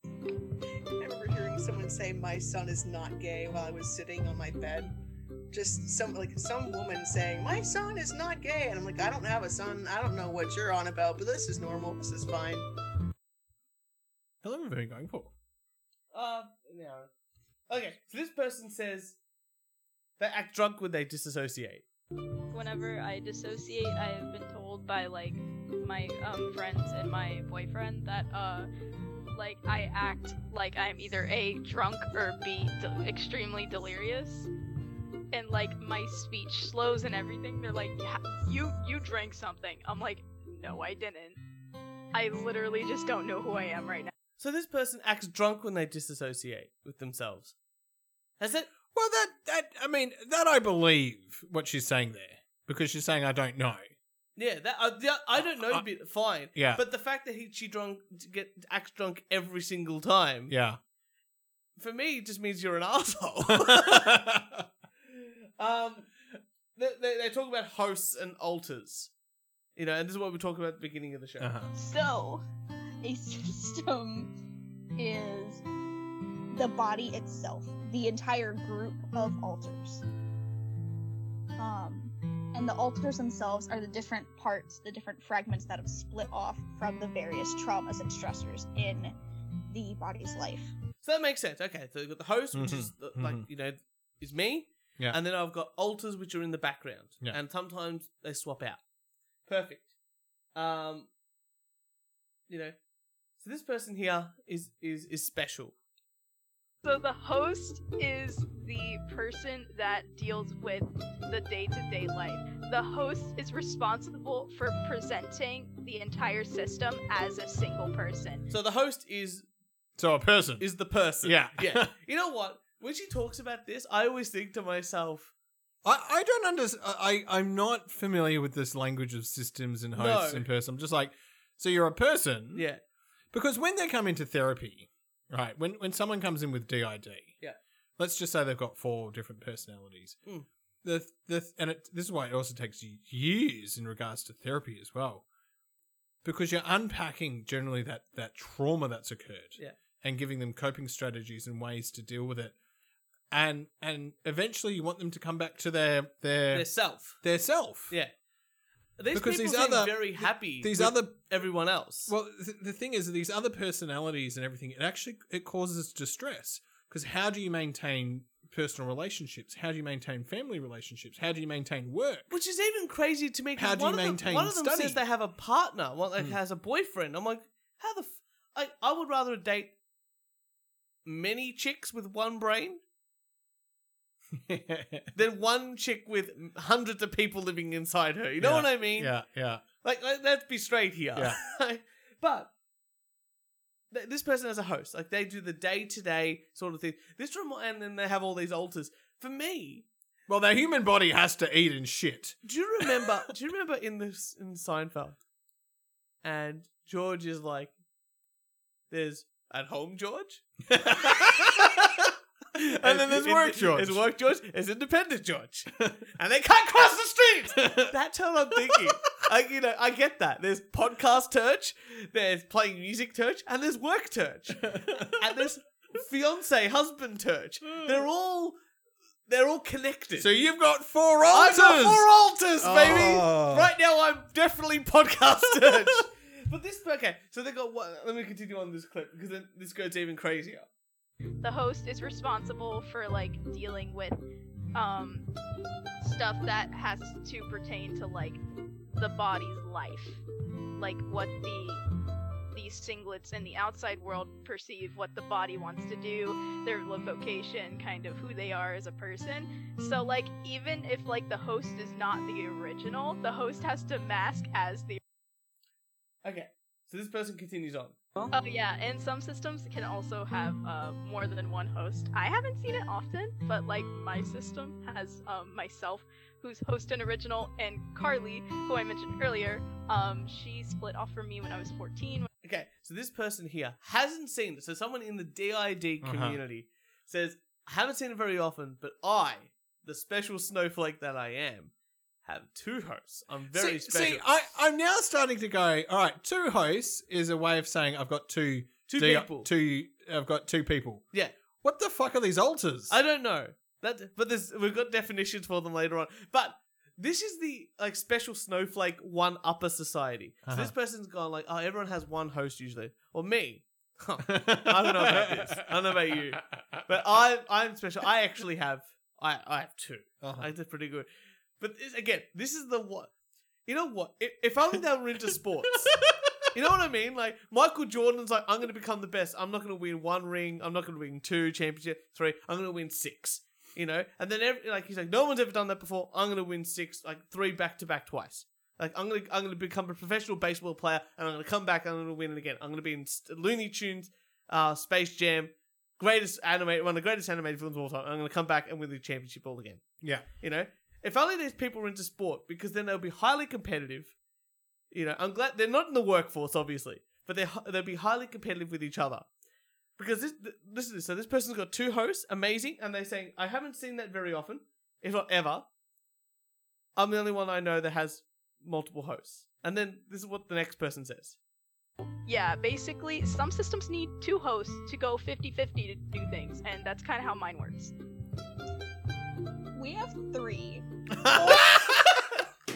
remember hearing someone say, "My son is not gay," while I was sitting on my bed. Just some like some woman saying, "My son is not gay," and I'm like, "I don't have a son. I don't know what you're on about, but this is normal. This is fine." How long have we been going for? Uh, no. Okay, so this person says they act drunk when they disassociate. whenever I dissociate, I have been told by like my um, friends and my boyfriend that uh, like I act like I'm either a drunk or b de- extremely delirious, and like my speech slows and everything. They're like, yeah, "You you drank something." I'm like, "No, I didn't." I literally just don't know who I am right now. So this person acts drunk when they disassociate with themselves. Has it? Well, that that I mean that I believe what she's saying there because she's saying I don't know. Yeah, that uh, yeah, I don't know. I- bit fine. Yeah. but the fact that he she drunk get acts drunk every single time. Yeah, for me it just means you're an *laughs* asshole. um, they, they, they talk about hosts and altars, you know, and this is what we talk about at the beginning of the show. Uh-huh. So, a *laughs* system is the body itself, the entire group of altars. Um, and the altars themselves are the different parts, the different fragments that have split off from the various traumas and stressors in the body's life. So that makes sense. Okay, so you've got the host, which is the, like mhm. you know, is me. Yeah. And then I've got altars, which are in the background, Yeah. and sometimes they swap out. Perfect. Um, you know, so this person here is is is special. So the host is the person that deals with the day-to-day life. The host is responsible for presenting the entire system as a single person. So the host is So a person. is the person. Yeah. *laughs* yeah. You know what? When she talks about this, I always think to myself, I, I don't understand. I, I- I'm not familiar with this language of systems and hosts No. and person. I'm just like, so you're a person. yeah, Because when they come into therapy, right, when, when someone comes in with DID, Yeah. let's just say they've got four different personalities. Mm. The, the And it, this is why it also takes you years in regards to therapy as well. Because you're unpacking generally that, that trauma that's occurred Yeah. and giving them coping strategies and ways to deal with it. And and eventually you want them to come back to their their their self. their self. Yeah. These Because people these seem other- very happy. These with other everyone else. well, th- the thing is, these other personalities and everything, it actually it causes distress because how do you maintain personal relationships? How do you maintain family relationships? How do you maintain work? *laughs* Which is even crazy to me. 'cause How do you one of them- maintain One of them study? says they have a partner. One like Hmm. has a boyfriend. I'm like, how the? F- I I would rather date many chicks with one brain than one chick with hundreds of people living inside her. You know Yeah, what I mean? yeah, yeah. Like, like let's be straight here. Yeah. *laughs* Like, but th- this person has a host. Like they do the day to day sort of thing. This rem- and then they have all these altars. For me, Well, the human body has to eat and *laughs* shit. do you remember? do you remember in this in Seinfeld? And George is like, "There's at home George, *laughs* And then there's in- work George. There's work George. There's *laughs* independent George, and they can't cross the street. That's how I'm *laughs* thinking. I, you know, I get that. There's podcast church, there's playing music church, and there's work church, and there's fiance husband *laughs* church. They're all they're all connected. so you've got four I've altars. got four altars, baby. Oh. Right now, I'm definitely podcast *laughs* church. but this okay. So they got one. Let me continue on this clip because then this goes even crazier. The host is responsible for like dealing with um stuff that has to pertain to like the body's life. Like what the these singlets in the outside world perceive what the body wants to do, their live vocation, kind of who they are as a person. So like even if like the host is not the original, the host has to mask as the Okay. So this person continues on. Oh yeah, and some systems can also have uh, more than one host. I haven't seen it often, but like my system has um, myself, who's host and original, and Carly, who I mentioned earlier. Um, she split off from me when I was 14. Okay. So this person here hasn't seen it. So someone in the DID Uh-huh. community says, "I haven't seen it very often, but I, the special snowflake that I am, have two hosts. I'm very see, special. see, I, I'm now starting to go. All right, two hosts is a way of saying I've got two two D- people. Two, I've got two people. Yeah. What the fuck are these altars? I don't know. That but there's we've got definitions for them later on. But this is the like special snowflake one upper society. So this Uh-huh. person's gone like, oh, everyone has one host usually. Or me. Huh. I don't know about this. I don't know about you. But I I'm special. I actually have I I have two. *laughs* I did pretty good. But this, again, this is the what you know what? If, if only they were into sports. You know what I mean? Like Michael Jordan's like, I'm gonna become the best. I'm not gonna win one ring. I'm not gonna win two championship. Three. I'm gonna win six. You know. And then every, like he's like, no one's ever done that before. I'm gonna win six, like three back to back twice. Like I'm gonna I'm gonna become a professional baseball player, and I'm gonna come back. and I'm gonna win it again. I'm gonna be in S- Looney Tunes, uh, Space Jam, greatest anime, one of the greatest animated films of all time. I'm gonna come back and win the championship all again. Yeah. You know, if only these people were into sport because then they'll be highly competitive. You know, I'm glad they're not in the workforce, obviously, but they they'll be highly competitive with each other. because this th- listen to this. So this person's got two hosts, amazing, and they're saying I haven't seen that very often, if not ever. I'm the only one I know that has multiple hosts. And then this is what the next person says. Yeah, basically, some systems need two hosts to go 50 50 to do things, and that's kind of how mine works. We have three. *laughs*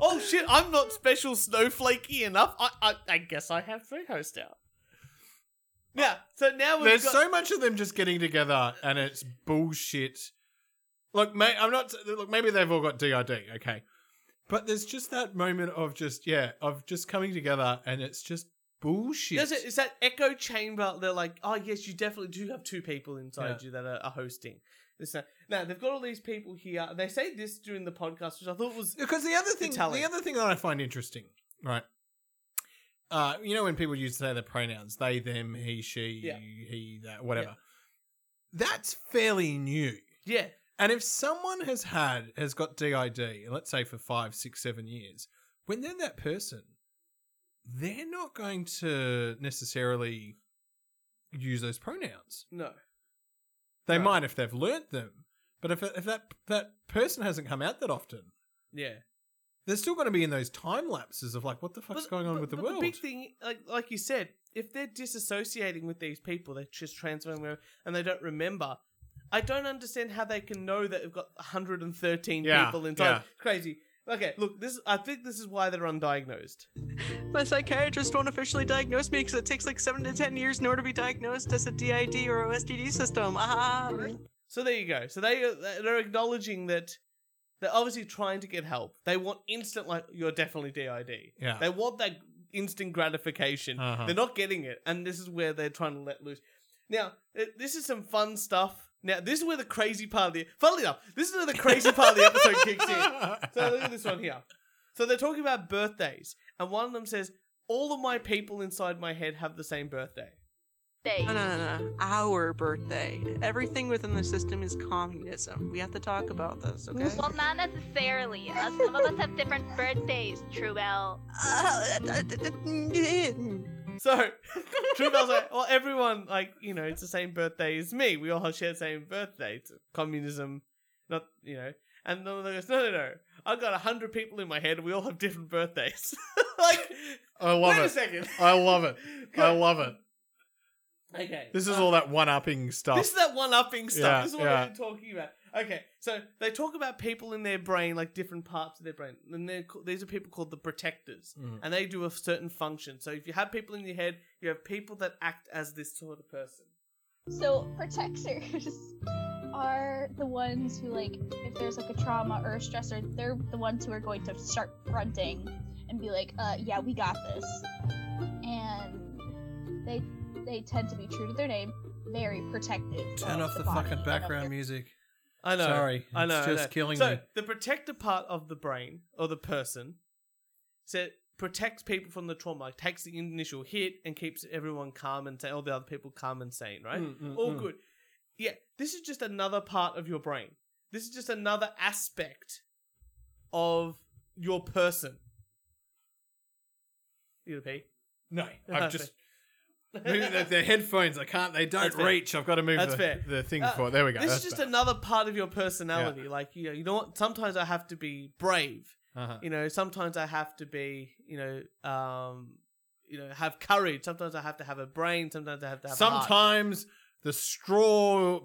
oh shit! I'm not special snowflakey enough. I I, I guess I have three hosts out. Yeah. So now Oh, we've There's got. so much of them just getting together, and it's bullshit. Look, may, I'm not. Look, maybe they've all got DID, okay, but there's just that moment of just yeah, of just coming together, and it's just bullshit. Does it, it's that echo chamber. They're like, oh yes, you definitely do have two people inside Yeah. you that are, are hosting. This, that. now they've got all these people here. They say this during the podcast, which I thought was because the other thing, Italian. the other thing that I find interesting, right? Uh, you know when people used to say their pronouns, they, them, he, she, Yeah. he, that, whatever. That's fairly new. yeah, And if someone has had has got DID, and let's say for five, six, seven years, when they're that person, they're not going to necessarily use those pronouns. no, They No. might if they've learnt them, but if if that that person hasn't come out that often, yeah. they're still going to be in those time lapses of like, what the fuck's But- going on but- with the but world? big thing, like like you said, if they're disassociating with these people, they're just transferring over, and they don't remember. I don't understand how they can know that they've got 113 Yeah, people inside. yeah. Crazy. Okay, look, this I think this is why they're undiagnosed. My psychiatrist won't officially diagnose me because it takes like seven to ten years in order to be diagnosed as a DID or OSDD system. Ah. So there you go. So they they're acknowledging that they're obviously trying to get help. They want instant like you're definitely DID. Yeah. They want that instant gratification. Uh-huh. They're not getting it, and this is where they're trying to let loose. Now th- this is some fun stuff. Now this is where the crazy part of the funnily enough, this is where the crazy part of the episode kicks in. So look at this one here. So they're talking about birthdays, and one of them says, "All of my people inside my head have the same birthday." They. No, no, no, no. Our birthday. Everything within the system is communism. We have to talk about this, okay? Well, not necessarily. Uh, Some of us have different birthdays, Truel. Uh, So *laughs* Truebell's like, *laughs* well, everyone like you know, it's the same birthday as me. We all share the same birthday. It's communism, not you know. And then they goes, no, no, no. I've got a hundred people in my head. We all have different birthdays. *laughs* like, *laughs* I wait love a it. second. I love *laughs* it. I love it. Okay. This is Uh, all that *laughs* one-upping stuff. This is that one upping stuff. Yeah, this is what yeah. we're talking about. Okay, so they talk about people in their brain, like different parts of their brain, and they're ca- these are people called the protectors, Mm. and they do a certain function. So if you have people in your head, you have people that act as this sort of person. So protectors *laughs* are the ones who like if there's like a trauma or a stressor, they're the ones who are going to start fronting and be like, uh yeah, we got this. And they they tend to be true to their name, very protective. Turn of off the, body fucking and of background their- music. I know. Sorry, I know. it's I just know. killing so, me. the protector part of the brain or the person so protects people from the trauma, like, takes the initial hit and keeps everyone calm and sane, all the other people calm and sane, right? Mm, all good. Yeah, this is just another part of your brain. This is just another aspect of your person. You pee? No, I've That's just moving *laughs* *laughs* the, the headphones. I can't. They don't That's fair. reach. I've got to move That's the, fair. the thing Uh, for it. There we go. This That's is just better. another part of your personality. Like you know, you know what? Sometimes I have to be brave. Uh-huh. You know, sometimes I have to be. You know, um, you know, have courage. Sometimes I have to have a brain. Sometimes I have to have. a heart. Sometimes the straw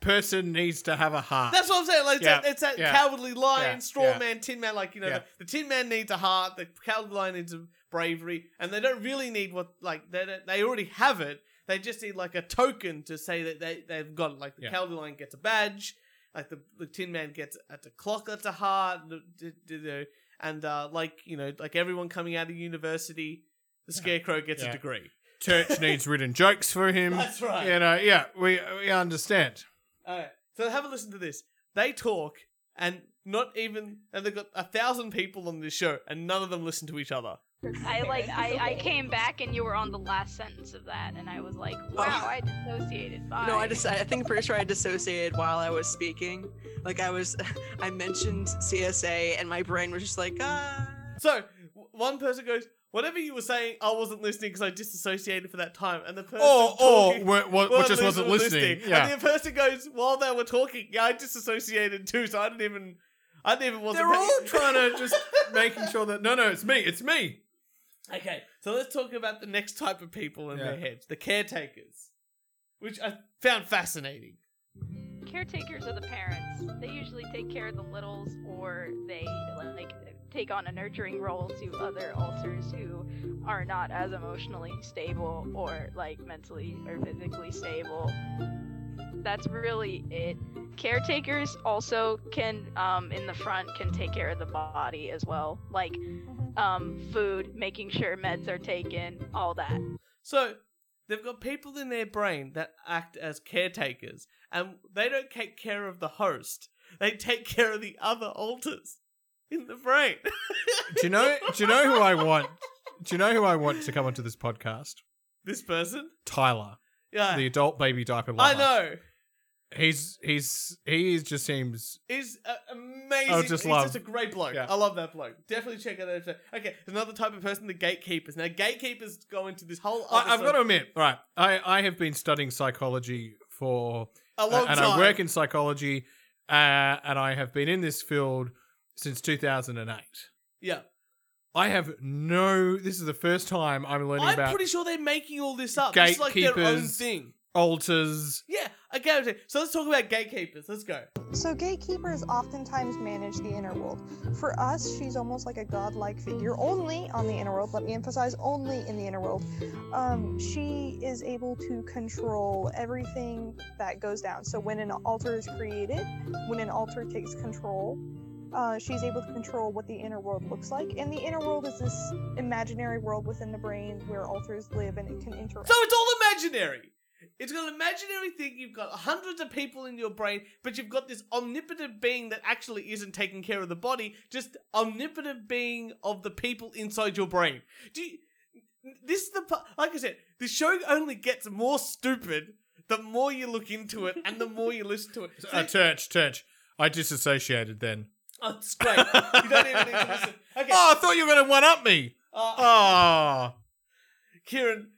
person needs to have a heart. That's what I'm saying. Like it's Yeah, that, it's that yeah, cowardly lion, yeah, straw yeah. man, tin man. Like you know, Yeah. the, the tin man needs a heart. The cowardly lion needs a bravery, and they don't really need what like they don't, they already have it. They just need like a token to say that they they've got it. Like the Yeah. cowardly lion gets a badge, like the, the tin man gets at the clock that's a heart, the- the- the- the- and uh, like you know, like everyone coming out of university, the scarecrow gets Yeah. a degree. *laughs* Church needs written jokes for him. That's right. You know, yeah, we we understand. Alright, so have a listen to this. They talk, and not even, and they've got a thousand people on this show, and none of them listen to each other. I like, I, I Okay. came back and you were on the last sentence of that, and I was like, wow, I dissociated. Bye. Oh. No, I just I think I'm pretty sure I dissociated while I was speaking. Like I was *laughs* I mentioned CSA and my brain was just like, ah So w- one person goes, Whatever you were saying, I wasn't listening because I disassociated for that time. And the person Or or talking were, were, weren't just wasn't listening. Yeah. And the person goes, while they were talking, yeah, I disassociated too, so I didn't even, I didn't even wasn't. They're paying- *laughs* all trying to just making sure that no, no, it's me, it's me. Okay, so let's talk about the next type of people in Yeah. their heads, the caretakers, which I found fascinating. Caretakers are the parents. They usually take care of the littles, or they like take on a nurturing role to other alters who are not as emotionally stable or like mentally or physically stable. That's really it. Caretakers also can, um, in the front, can take care of the body as well, like um, food, making sure meds are taken, all that. So they've got people in their brain that act as caretakers, and they don't take care of the host; they take care of the other alters in the brain. *laughs* Do you know? Do you know who I want? Do you know who I want to come onto this podcast? this person, Tyler, *laughs* yeah, the adult baby diaper. I Lover. know, He's he's he is just seems is uh, amazing. Oh, just He's love. just a great bloke. Yeah. I love that bloke. Definitely check out that episode. Okay, another type of person, the gatekeepers. Now, gatekeepers go into this whole. I, I've other got to sort- admit, right? I I have been studying psychology for a long and time. I work in psychology, uh, and I have been in this field since 2008. yeah, I have no. This is the first time I'm learning I'm about pretty sure they're making all this up. It's like their own Gatekeepers. thing. alters. Yeah, I guarantee. So let's talk about gatekeepers. Let's go. So gatekeepers oftentimes manage the inner world. For us, she's almost like a godlike figure, only on the inner world. Let me emphasize, only in the inner world. Um, she is able to control everything that goes down. So when an altar is created, when an altar takes control, uh, she's able to control what the inner world looks like. And the inner world is this imaginary world within the brain where altars live and it can interact. So it's all imaginary. It's got an imaginary thing. You've got hundreds of people in your brain, but you've got this omnipotent being that actually isn't taking care of the body, just omnipotent being of the people inside your brain. Do you, this is the part, like I said, the show only gets more stupid the more you look into it and the more you *laughs* listen to it. Uh, So- church, church. I disassociated then. oh, it's great. You don't even need to listen. Okay. Oh, I thought you were going to one up *laughs* me. uh, Oh. Kieran,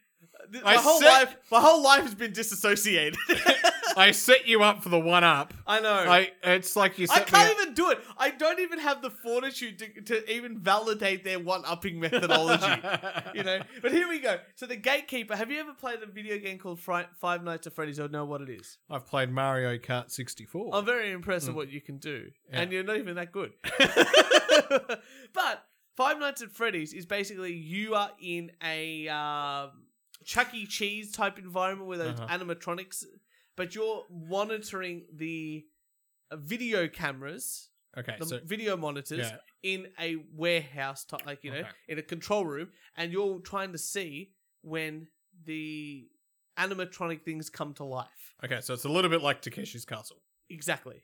th- my I whole said- life, my whole life has been disassociated. *laughs* I set you up for the one up. I know. I it's like you I set me can't up- even do it. I don't even have the fortitude to, to even validate their one upping *laughs* methodology. you know, but here we go. So the gatekeeper. Have you ever played a video game called Fri- Five Nights at Freddy's or know what it is? I've played Mario Kart 64. I'm very impressed with Mm. what you can do, Yeah. and you're not even *laughs* that good. *laughs* but Five Nights at Freddy's is basically you are in a um, Chuck E. Cheese type environment with those Uh-huh. animatronics, but you're monitoring the uh, video cameras, okay, the so video monitors yeah. in a warehouse, type, like you know, Okay. in a control room, and you're trying to see when the animatronic things come to life. Okay, so it's a little bit like Takeshi's Castle. Exactly.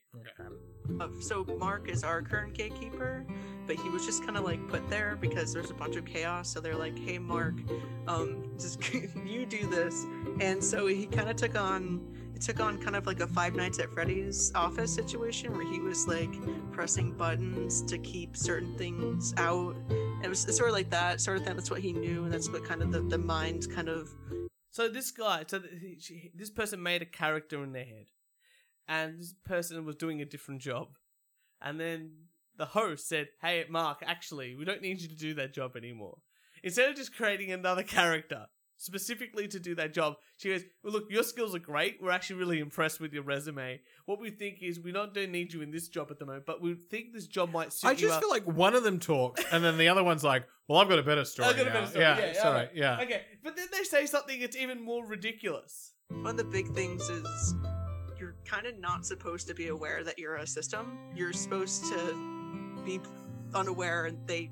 Um, so Mark is our current gatekeeper, but he was just kind of like put there because there's a bunch of chaos. So they're like, "Hey, Mark, um, *laughs* just you do this," and so he kind of took on it took on kind of like a Five Nights at Freddy's office situation where he was like pressing buttons to keep certain things out. And it was sort of like that sort of thing. That's what he knew, and that's what kind of the, the mind kind of So this guy, so th- he- she- this person made a character in their head, and this person was doing a different job, and then the host said, "Hey, Mark, actually, we don't need you to do that job anymore. Instead of just creating another character." Specifically to do that job, she goes, Well, look, your skills are great. We're actually really impressed with your resume. What we think is we not don't need you in this job at the moment, but we think this job might suit I you. uh, just up." feel like one of them talks, and then the other one's like, "Well, I've got a better story." I've got a now." better story. Yeah, Yeah, yeah, sorry. okay. Yeah. Okay, but then they say something that's even more ridiculous. one of the big things is you're kind of not supposed to be aware that you're a system. You're supposed to be unaware, and they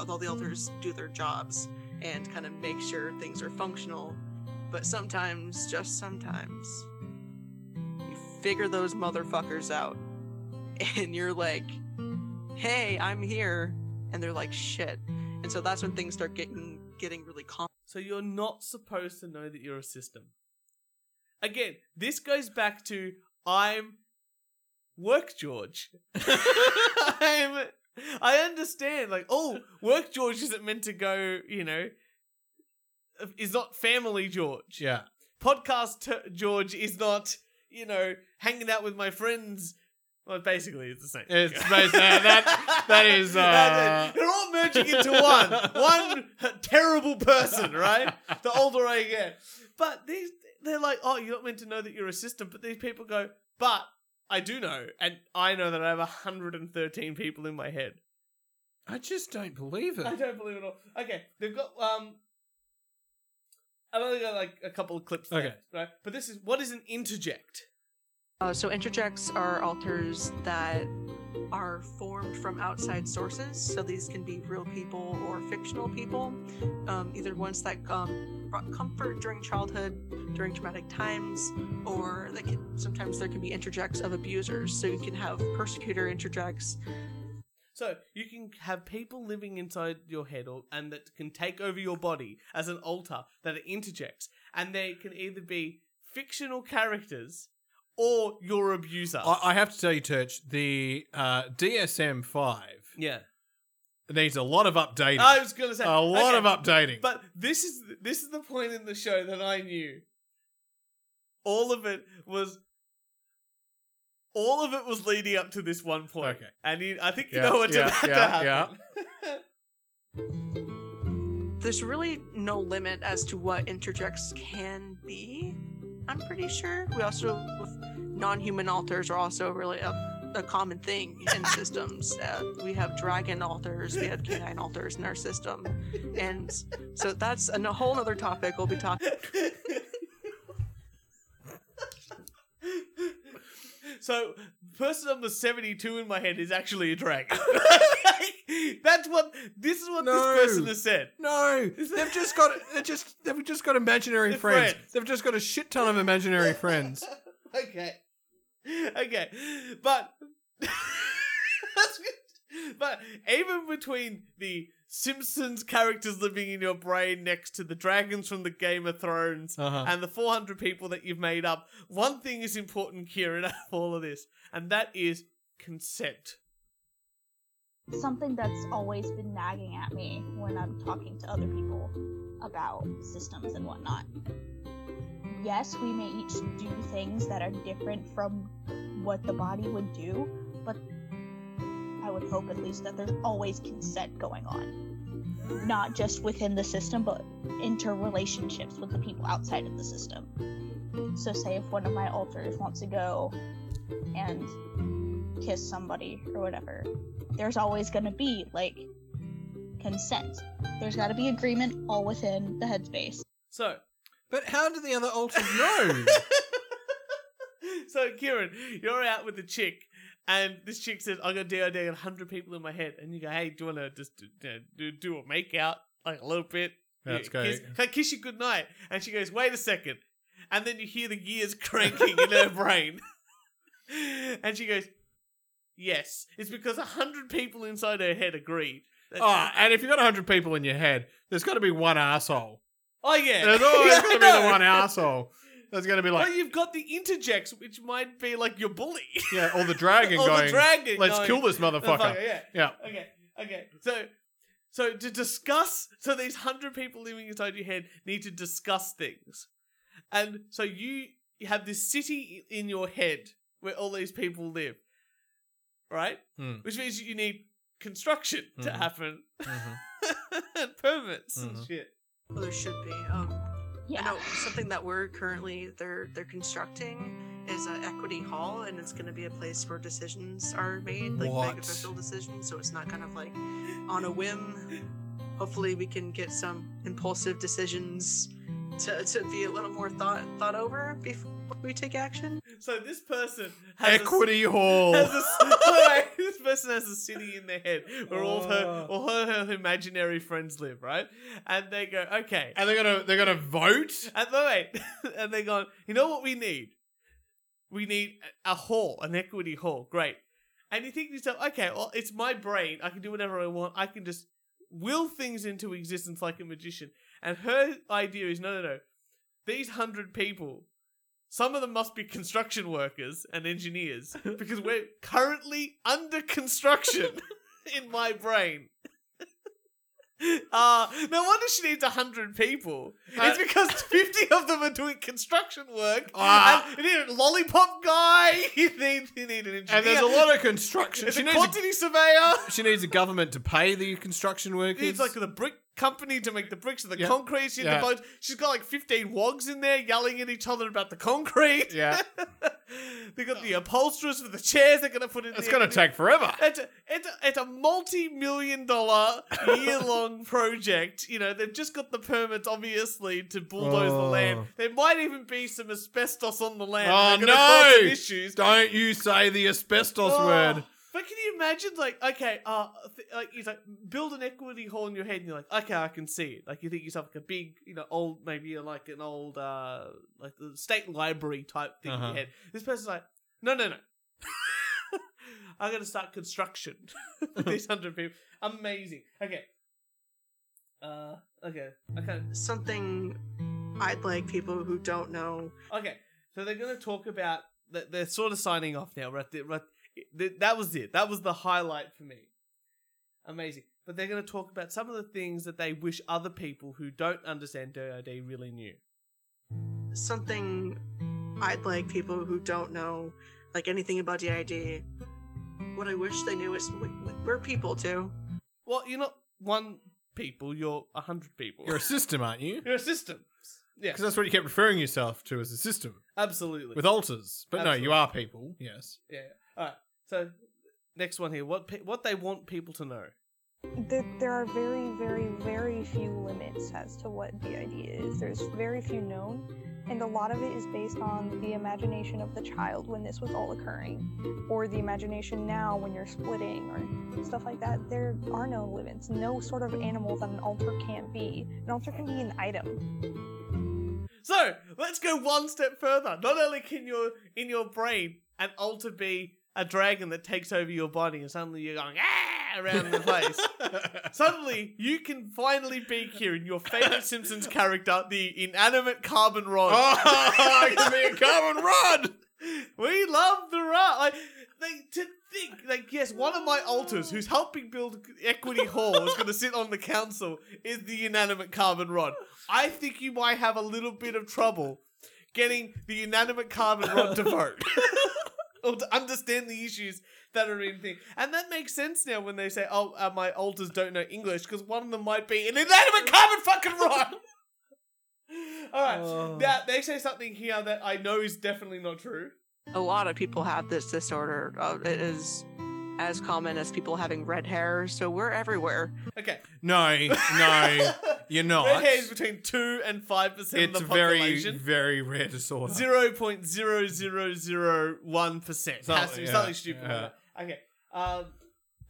all the others do their jobs and kind of make sure things are functional. But sometimes, just sometimes, you figure those motherfuckers out, *laughs* and you're like, "Hey, I'm here," and they're like, "Shit," and so that's when things start getting getting really calm. So you're not supposed to know that you're a system. Again, this goes back to *laughs* I'm work George. I'm I understand. Like, oh, work George isn't meant to go. You know, is not family George. Yeah. Podcast t- George is not. You know, hanging out with my friends. Well, basically, it's the same. It's basi- that- that *laughs* is, uh, You're all merging *laughs* into one. One terrible person, right? The older I get, but these they're like, oh, you're not meant to know that you're a system. But these people go, but I do know, and I know that I have 113 people in my head. I just don't believe it. I don't believe it all. Okay, they've got um. I've only got like a couple of clips. Okay. left, right. But this is what is an interject. Uh, so interjects are alters that are formed from outside sources. So these can be real people or fictional people, um, either ones that um, brought comfort during childhood, during traumatic times, or they can, sometimes there can be interjects of abusers. So you can have persecutor interjects. So you can have people living inside your head, or, and that can take over your body as an altar that it interjects, and they can either be fictional characters or your abuser. I, I have to tell you, Turch, the uh, DSM five yeah, *laughs* needs a lot of updating. I was gonna say a lot okay. of updating. But this is this is the point in the show that I knew. All of it was. All of it was leading up to this one point, Okay. and you, I think you Yeah, know what's yeah, about to yeah, happen. There's really no limit as to what interjects can be. I'm pretty sure we also with non-human altars are also really a, a common thing in systems. Uh, we have dragon altars, we have canine altars in our system, and so that's an- a whole other topic. We'll be talking. so person number 72 in my head is actually *laughs* a dragon *laughs* that's what this is what No. this person has said no, they've *laughs* just got they just they've just got imaginary They're friends. friends. They've just got a shit ton of imaginary friends. *laughs* okay okay but *laughs* that's good. but even between the simpsons characters living in your brain next to the dragons from the game of thrones Uh-huh. and the 400 people that you've made up, one thing is important, Kieran, *laughs* out of all of this, and that is consent. Something that's always been nagging at me when I'm talking to other people about systems and whatnot. Yes, we may each do things that are different from what the body would do, but I would hope at least that there's always consent going on. Not just within the system, but interrelationships with the people outside of the system. So, say if one of my alters wants to go and kiss somebody or whatever, there's always going to be like consent. There's got to be agreement all within the headspace. So, But how do the other alters *laughs* know? so Kieran, you're out with a chick, and this chick says, "I got DID and 100 people in my head," and you go, "Hey, do you want to just do, you know, do do a make out like a little bit? Yeah, let's go. Kiss, can I kiss you goodnight?" And she goes, "Wait a second. and then you hear the gears *laughs* cranking in her brain, *laughs* and she goes, "Yes, it's because 100 people inside her head agreed." That- oh, and if you've got hundred people in your head, there's got to be one asshole. Oh yeah. There's always *laughs* Yeah, I going to be the know. one asshole that's going to be like, well, you've got the interjects, which might be like your bully. yeah, or the dragon *laughs* Or the going, dragon let's going, kill this motherfucker. *laughs* Motherfucker, yeah. Yeah. Okay. Okay. So, so to discuss, so these hundred people living inside your head need to discuss things, and so you have this city in your head where all these people live, right? Mm. Which means you need construction to Mhm. happen, *laughs* Mhm. and permits and Mhm. shit. Well, there should be. Um, I Yeah. know something that we're currently they're they're constructing is uh, Equity Hall, and it's going to be a place where decisions are made, like What? big official decisions. So it's not kind of like on a whim. Hopefully, we can get some impulsive decisions to, to be a little more thought thought over before we take action. So this person has a- Equity Hall. has *laughs* a- Alright, this person has a city in their head where all of her, Oh. all her, her imaginary friends live, right? And they go, okay. and they're going to they're going to vote. And no, wait, *laughs* and they go, you know what we need? We need a a hall, an equity hall. Great. And you think to yourself, okay, well, it's my brain. I can do whatever I want. I can just will things into existence like a magician. And her idea is, no, no, no. These hundred people, some of them must be *laughs* construction workers and engineers because we're currently under construction in my brain. Uh, no wonder she needs 100 people. Uh, it's because *laughs* 50 of them are doing construction work. Ah. and you need a lollipop guy. *laughs* You need, you need an engineer. And there's a lot of construction. There's She a needs quantity surveyor. a, she needs a government to pay the construction workers. It's like the brick company to make the bricks and the Yeah. concrete. She Yeah. yeah. She's got like 15 wogs in there yelling at each other about the concrete. yeah, *laughs* they got the upholsterers for the chairs they're going to put in it's the- gonna take forever. It's a, it's a, it's a *laughs* multi-million dollar year-long project. You know, they've just got the permits, obviously, to bulldoze the Oh. land. There might even be some asbestos on the land. Oh, They're gonna cause some no! Issues. Don't you say the asbestos Oh, word. But can you imagine, like, okay, uh, th- like he's like, build an equity hole in your head, and you're like, okay, I can see it. Like, you think yourself like a big, you know, old, maybe like an old, uh, like the state library type thing in Uh-huh. your head. This person's like, no, no, *laughs* no. I'm gonna start construction. *laughs* *laughs* with These hundred people, amazing. Okay. Uh, okay, okay, Something I'd like people who don't know. okay. So they're gonna talk about that. They're sort of signing off now. Right, there, right. th- That was it. That was the highlight for me. amazing. But they're going to talk about some of the things that they wish other people who don't understand DoD really knew. Something I'd like people who don't know, like anything about DID. What I wish they knew is we, we- we're people too. Well, you're not one people; you're a hundred people. You're a system, aren't you? *laughs* You're a system. Yeah, Because that's what you kept referring yourself to as a system absolutely. with altars. But no, you Absolutely. are people. Yes. yeah. All right. So next one here. What pe- what they want people to know? There, there are very, very, very few limits as to what DID is. There's very few known, and a lot of it is based on the imagination of the child when this was all occurring, or the imagination now when you're splitting, or stuff like that. There are no limits, no sort of animal that an altar can't be. An altar can be an item. So let's go one step further. Not only can your in your brain an altar be a dragon that takes over your body, and suddenly you're going ah around the place. *laughs* Suddenly, you can finally be here in your favorite Simpsons character, the inanimate carbon rod. *laughs* oh, *laughs* give me a carbon rod. We love the rod. Like, like to think, like, yes, one of my altars who's helping build Equity Hall is going to sit on the council is the inanimate carbon rod. I think you might have a little bit of trouble getting the inanimate carbon rod to vote or to understand the issues that are in thing. And that makes sense now when they say, oh, uh, my altars don't know English because one of them might be an inanimate carbon fucking rod. All right. Now, they say something here that I know is definitely not true. A lot of people have this disorder. Uh, it is as common as people having red hair, so we're everywhere. Okay. No, *laughs* no, you're not. Red hair is between 2 and 5% of it's the a very, population. very rare disorder. 0.0001%. Has to Something, be yeah, something stupid. like yeah. that. Okay. Um,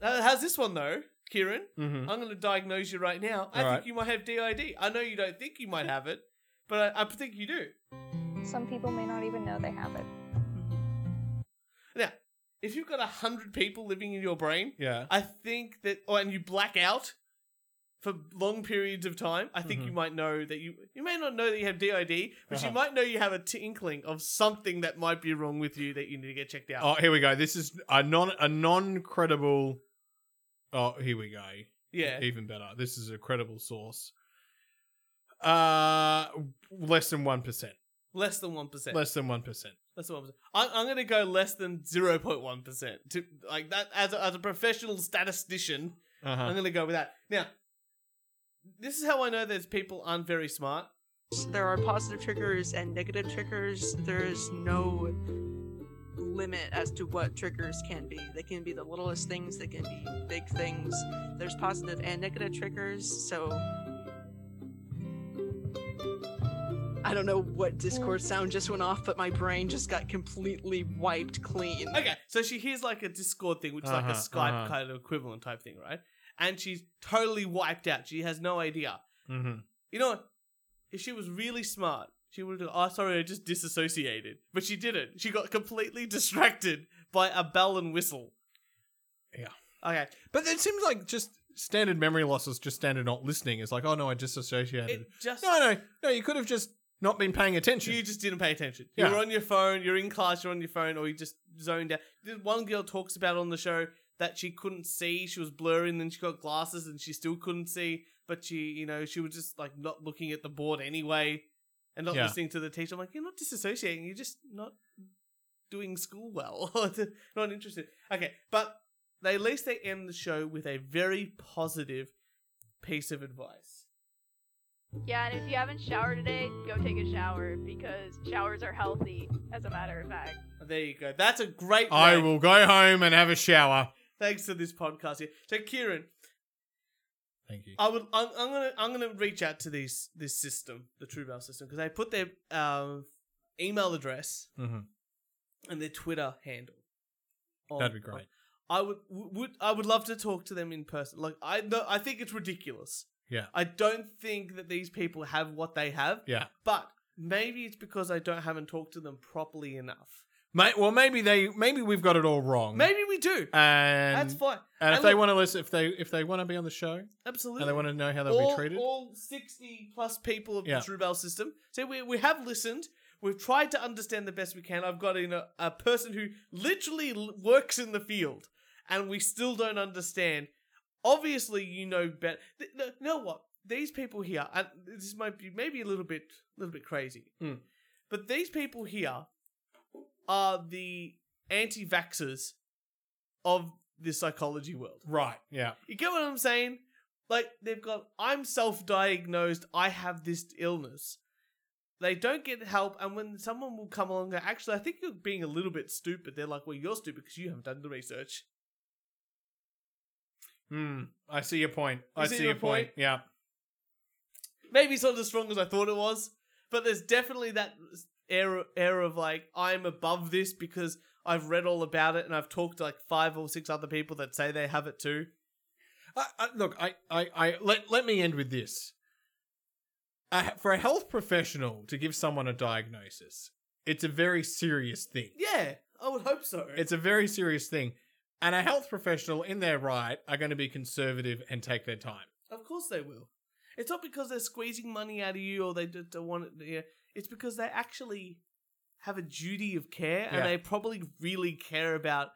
uh, how's this one, though, Kieran? Mhm. I'm going to diagnose you right now. I All think right. you might have DID. I know you don't think you might have it, but I, I think you do. Some people may not even know they have it. Now, if you've got 100 people living in your brain, Yeah. I think that, or and you black out for long periods of time, I think you might know that you you may not know that you have DID, but Mm-hmm. Uh-huh. you might know you have a tinkling of something that might be wrong with you that you need to get checked out. Oh, here we go. This is a non a non credible. Oh, here we go. *laughs* yeah. Even better. This is a credible source. Uh, less than one percent. less than 1%. Less, Less than one percent. than 1%. I, I'm going to go less than 0.1%. To, like that, as a, as a professional statistician, Uh I'm huh. going to go with that. Now, this is how I know that people aren't very smart. There are positive triggers and negative triggers. There is no limit as to what triggers can be. They can be the littlest things, they can be big things. There's positive and negative triggers, so. I don't know what Discord sound just went off, but my brain just got completely wiped clean. Okay, so she hears like a Discord thing, which is like a Uh-huh, Skype uh-huh. kind of equivalent type thing, right? And she's totally wiped out. She has no idea. hmm You know what? If she was really smart, she would have, oh, sorry, I just disassociated. But she didn't. She got completely *laughs* distracted by a bell and whistle. Yeah. Okay. But it seems like just standard memory loss is just standard not listening. It's like, oh no, I disassociated. It just. No, no, no. You could have just not been paying attention. You just didn't pay attention. Yeah. You were on your phone, you're in class, you're on your phone, or you just zoned out. This one girl talks about on the show that she couldn't see. She was blurry, and then she got glasses, and she still couldn't see. But she, you know, she was just like not looking at the board anyway, and not Yeah. listening to the teacher. I'm like, you're not disassociating. You're just not doing school well, *laughs* or not interested. Okay, but they at least they end the show with a very positive piece of advice. Yeah, and if you haven't showered today, go take a shower because showers are healthy, as a matter of fact. There you go. That's a great. I rant. will go home and have a shower. Thanks to this podcast here. So Kieran, Thank you. I would. I'm, I'm gonna. I'm gonna reach out to these this system, the Truebell system, because they put their um, email address Mm-hmm. and their Twitter handle. on- That'd be great. I would would I would love to talk to them in person. Like I no, I think it's ridiculous. Yeah. I don't think that these people have what they have. Yeah. But maybe it's because I don't haven't talked to them properly enough. Mate, well, maybe they, maybe we've got it all wrong. Maybe we do. Mm. and That's fine. And if And they look- want to listen, if they if they want to be on the show Absolutely. and they want to know how they'll all, be treated, all 60 plus people of Yeah. the Truebell system. So we, we have listened. We've tried to understand the best we can. I've got in a, a person who literally l- works in the field and we still don't understand. Obviously, you know better. Th- no, know what? These people here, and this might be maybe a little bit, little bit crazy, Mm. but these people here are the anti-vaxxers of the psychology world. right? Yeah, You get what I'm saying? Like they've got I'm self-diagnosed, I have this illness. They don't get help, and when someone will come along, and go, actually, I think you're being a little bit stupid. They're like, well, you're stupid because you haven't done the research. Hmm. I see your point. You I see see, your your point. point? Yeah, Maybe it's not as strong as I thought it was, but there's definitely that air air of like I'm above this because I've read all about it and I've talked to like five or six other people that say they have it too. I, I, look, I, I, I let let me end with this. Uh, for a health professional to give someone a diagnosis, it's a very serious thing. Yeah, I would hope so. It's a very serious thing, and a health professional, in their right, are going to be conservative and take their time. Of course they will. It's not because they're squeezing money out of you or they don't, don't want it. Yeah. It's because they actually have a duty of care and Yeah. they probably really care about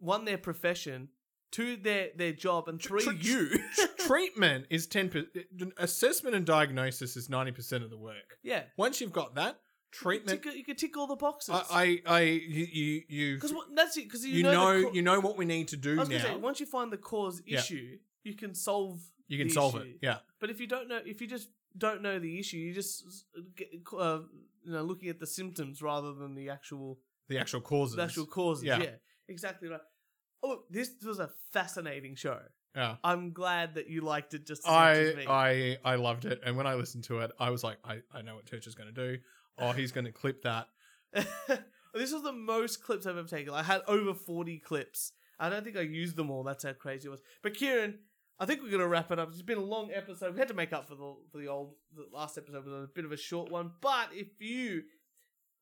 one their profession, two their their job, and three tr- you. Treatment is ten percent. Assessment and diagnosis is ninety percent of the work. *laughs* yeah. Once you've got that treatment, Tick, you can tick all the boxes. I, I, I, you, you, you, because that's it. Because you, you know, the cau- you know what we need to do I now. was gonna say once you find the cause Yeah. issue, you can solve. you can the solve issue. it. Yeah, But if you don't know, if you just don't know the issue, you just uh, get, uh, you know looking at the symptoms rather than the actual the actual causes. The actual causes. Yeah. Yeah. exactly right. Oh, this was a fascinating show. Yeah. I'm glad that you liked it just as much as me. I, I, I loved it, and when I listened to it, I was like, I, I know what Church is going to do. Oh, he's going to clip that. *laughs* this was the most clips I've ever taken. I had over 40 clips. I don't think I used them all. That's how crazy it was. But Kieran, I think we're going to wrap it up. It's been a long episode. We had to make up for the for the old the last episode was a bit of a short one. But if you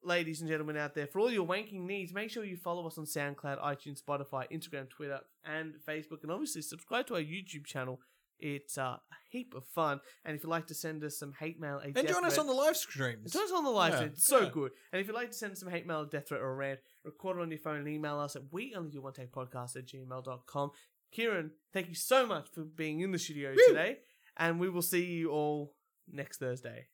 ladies and gentlemen out there, for all your wanking needs, make sure you follow us on SoundCloud, iTunes, Spotify, Instagram, Twitter, and Facebook, and obviously subscribe to our YouTube channel. It's uh, a heap of fun, and if you'd like to send us some hate mail, a And death join us threat- on the live streams. Join us on the live Yeah, stream. It's so yeah. good. And if you'd like to send some hate mail, death threat, or a rant, record it on your phone and email us at we only do one take podcast at gmail.com. Kieran, thank you so much for being in the studio today. And we will see you all next Thursday.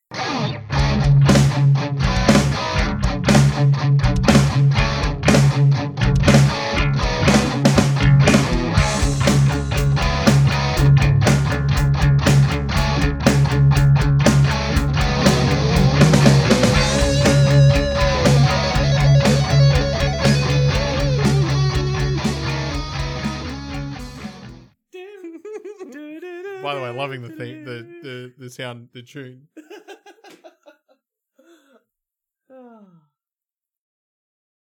By the way, loving the theme, the, the, the sound, the tune.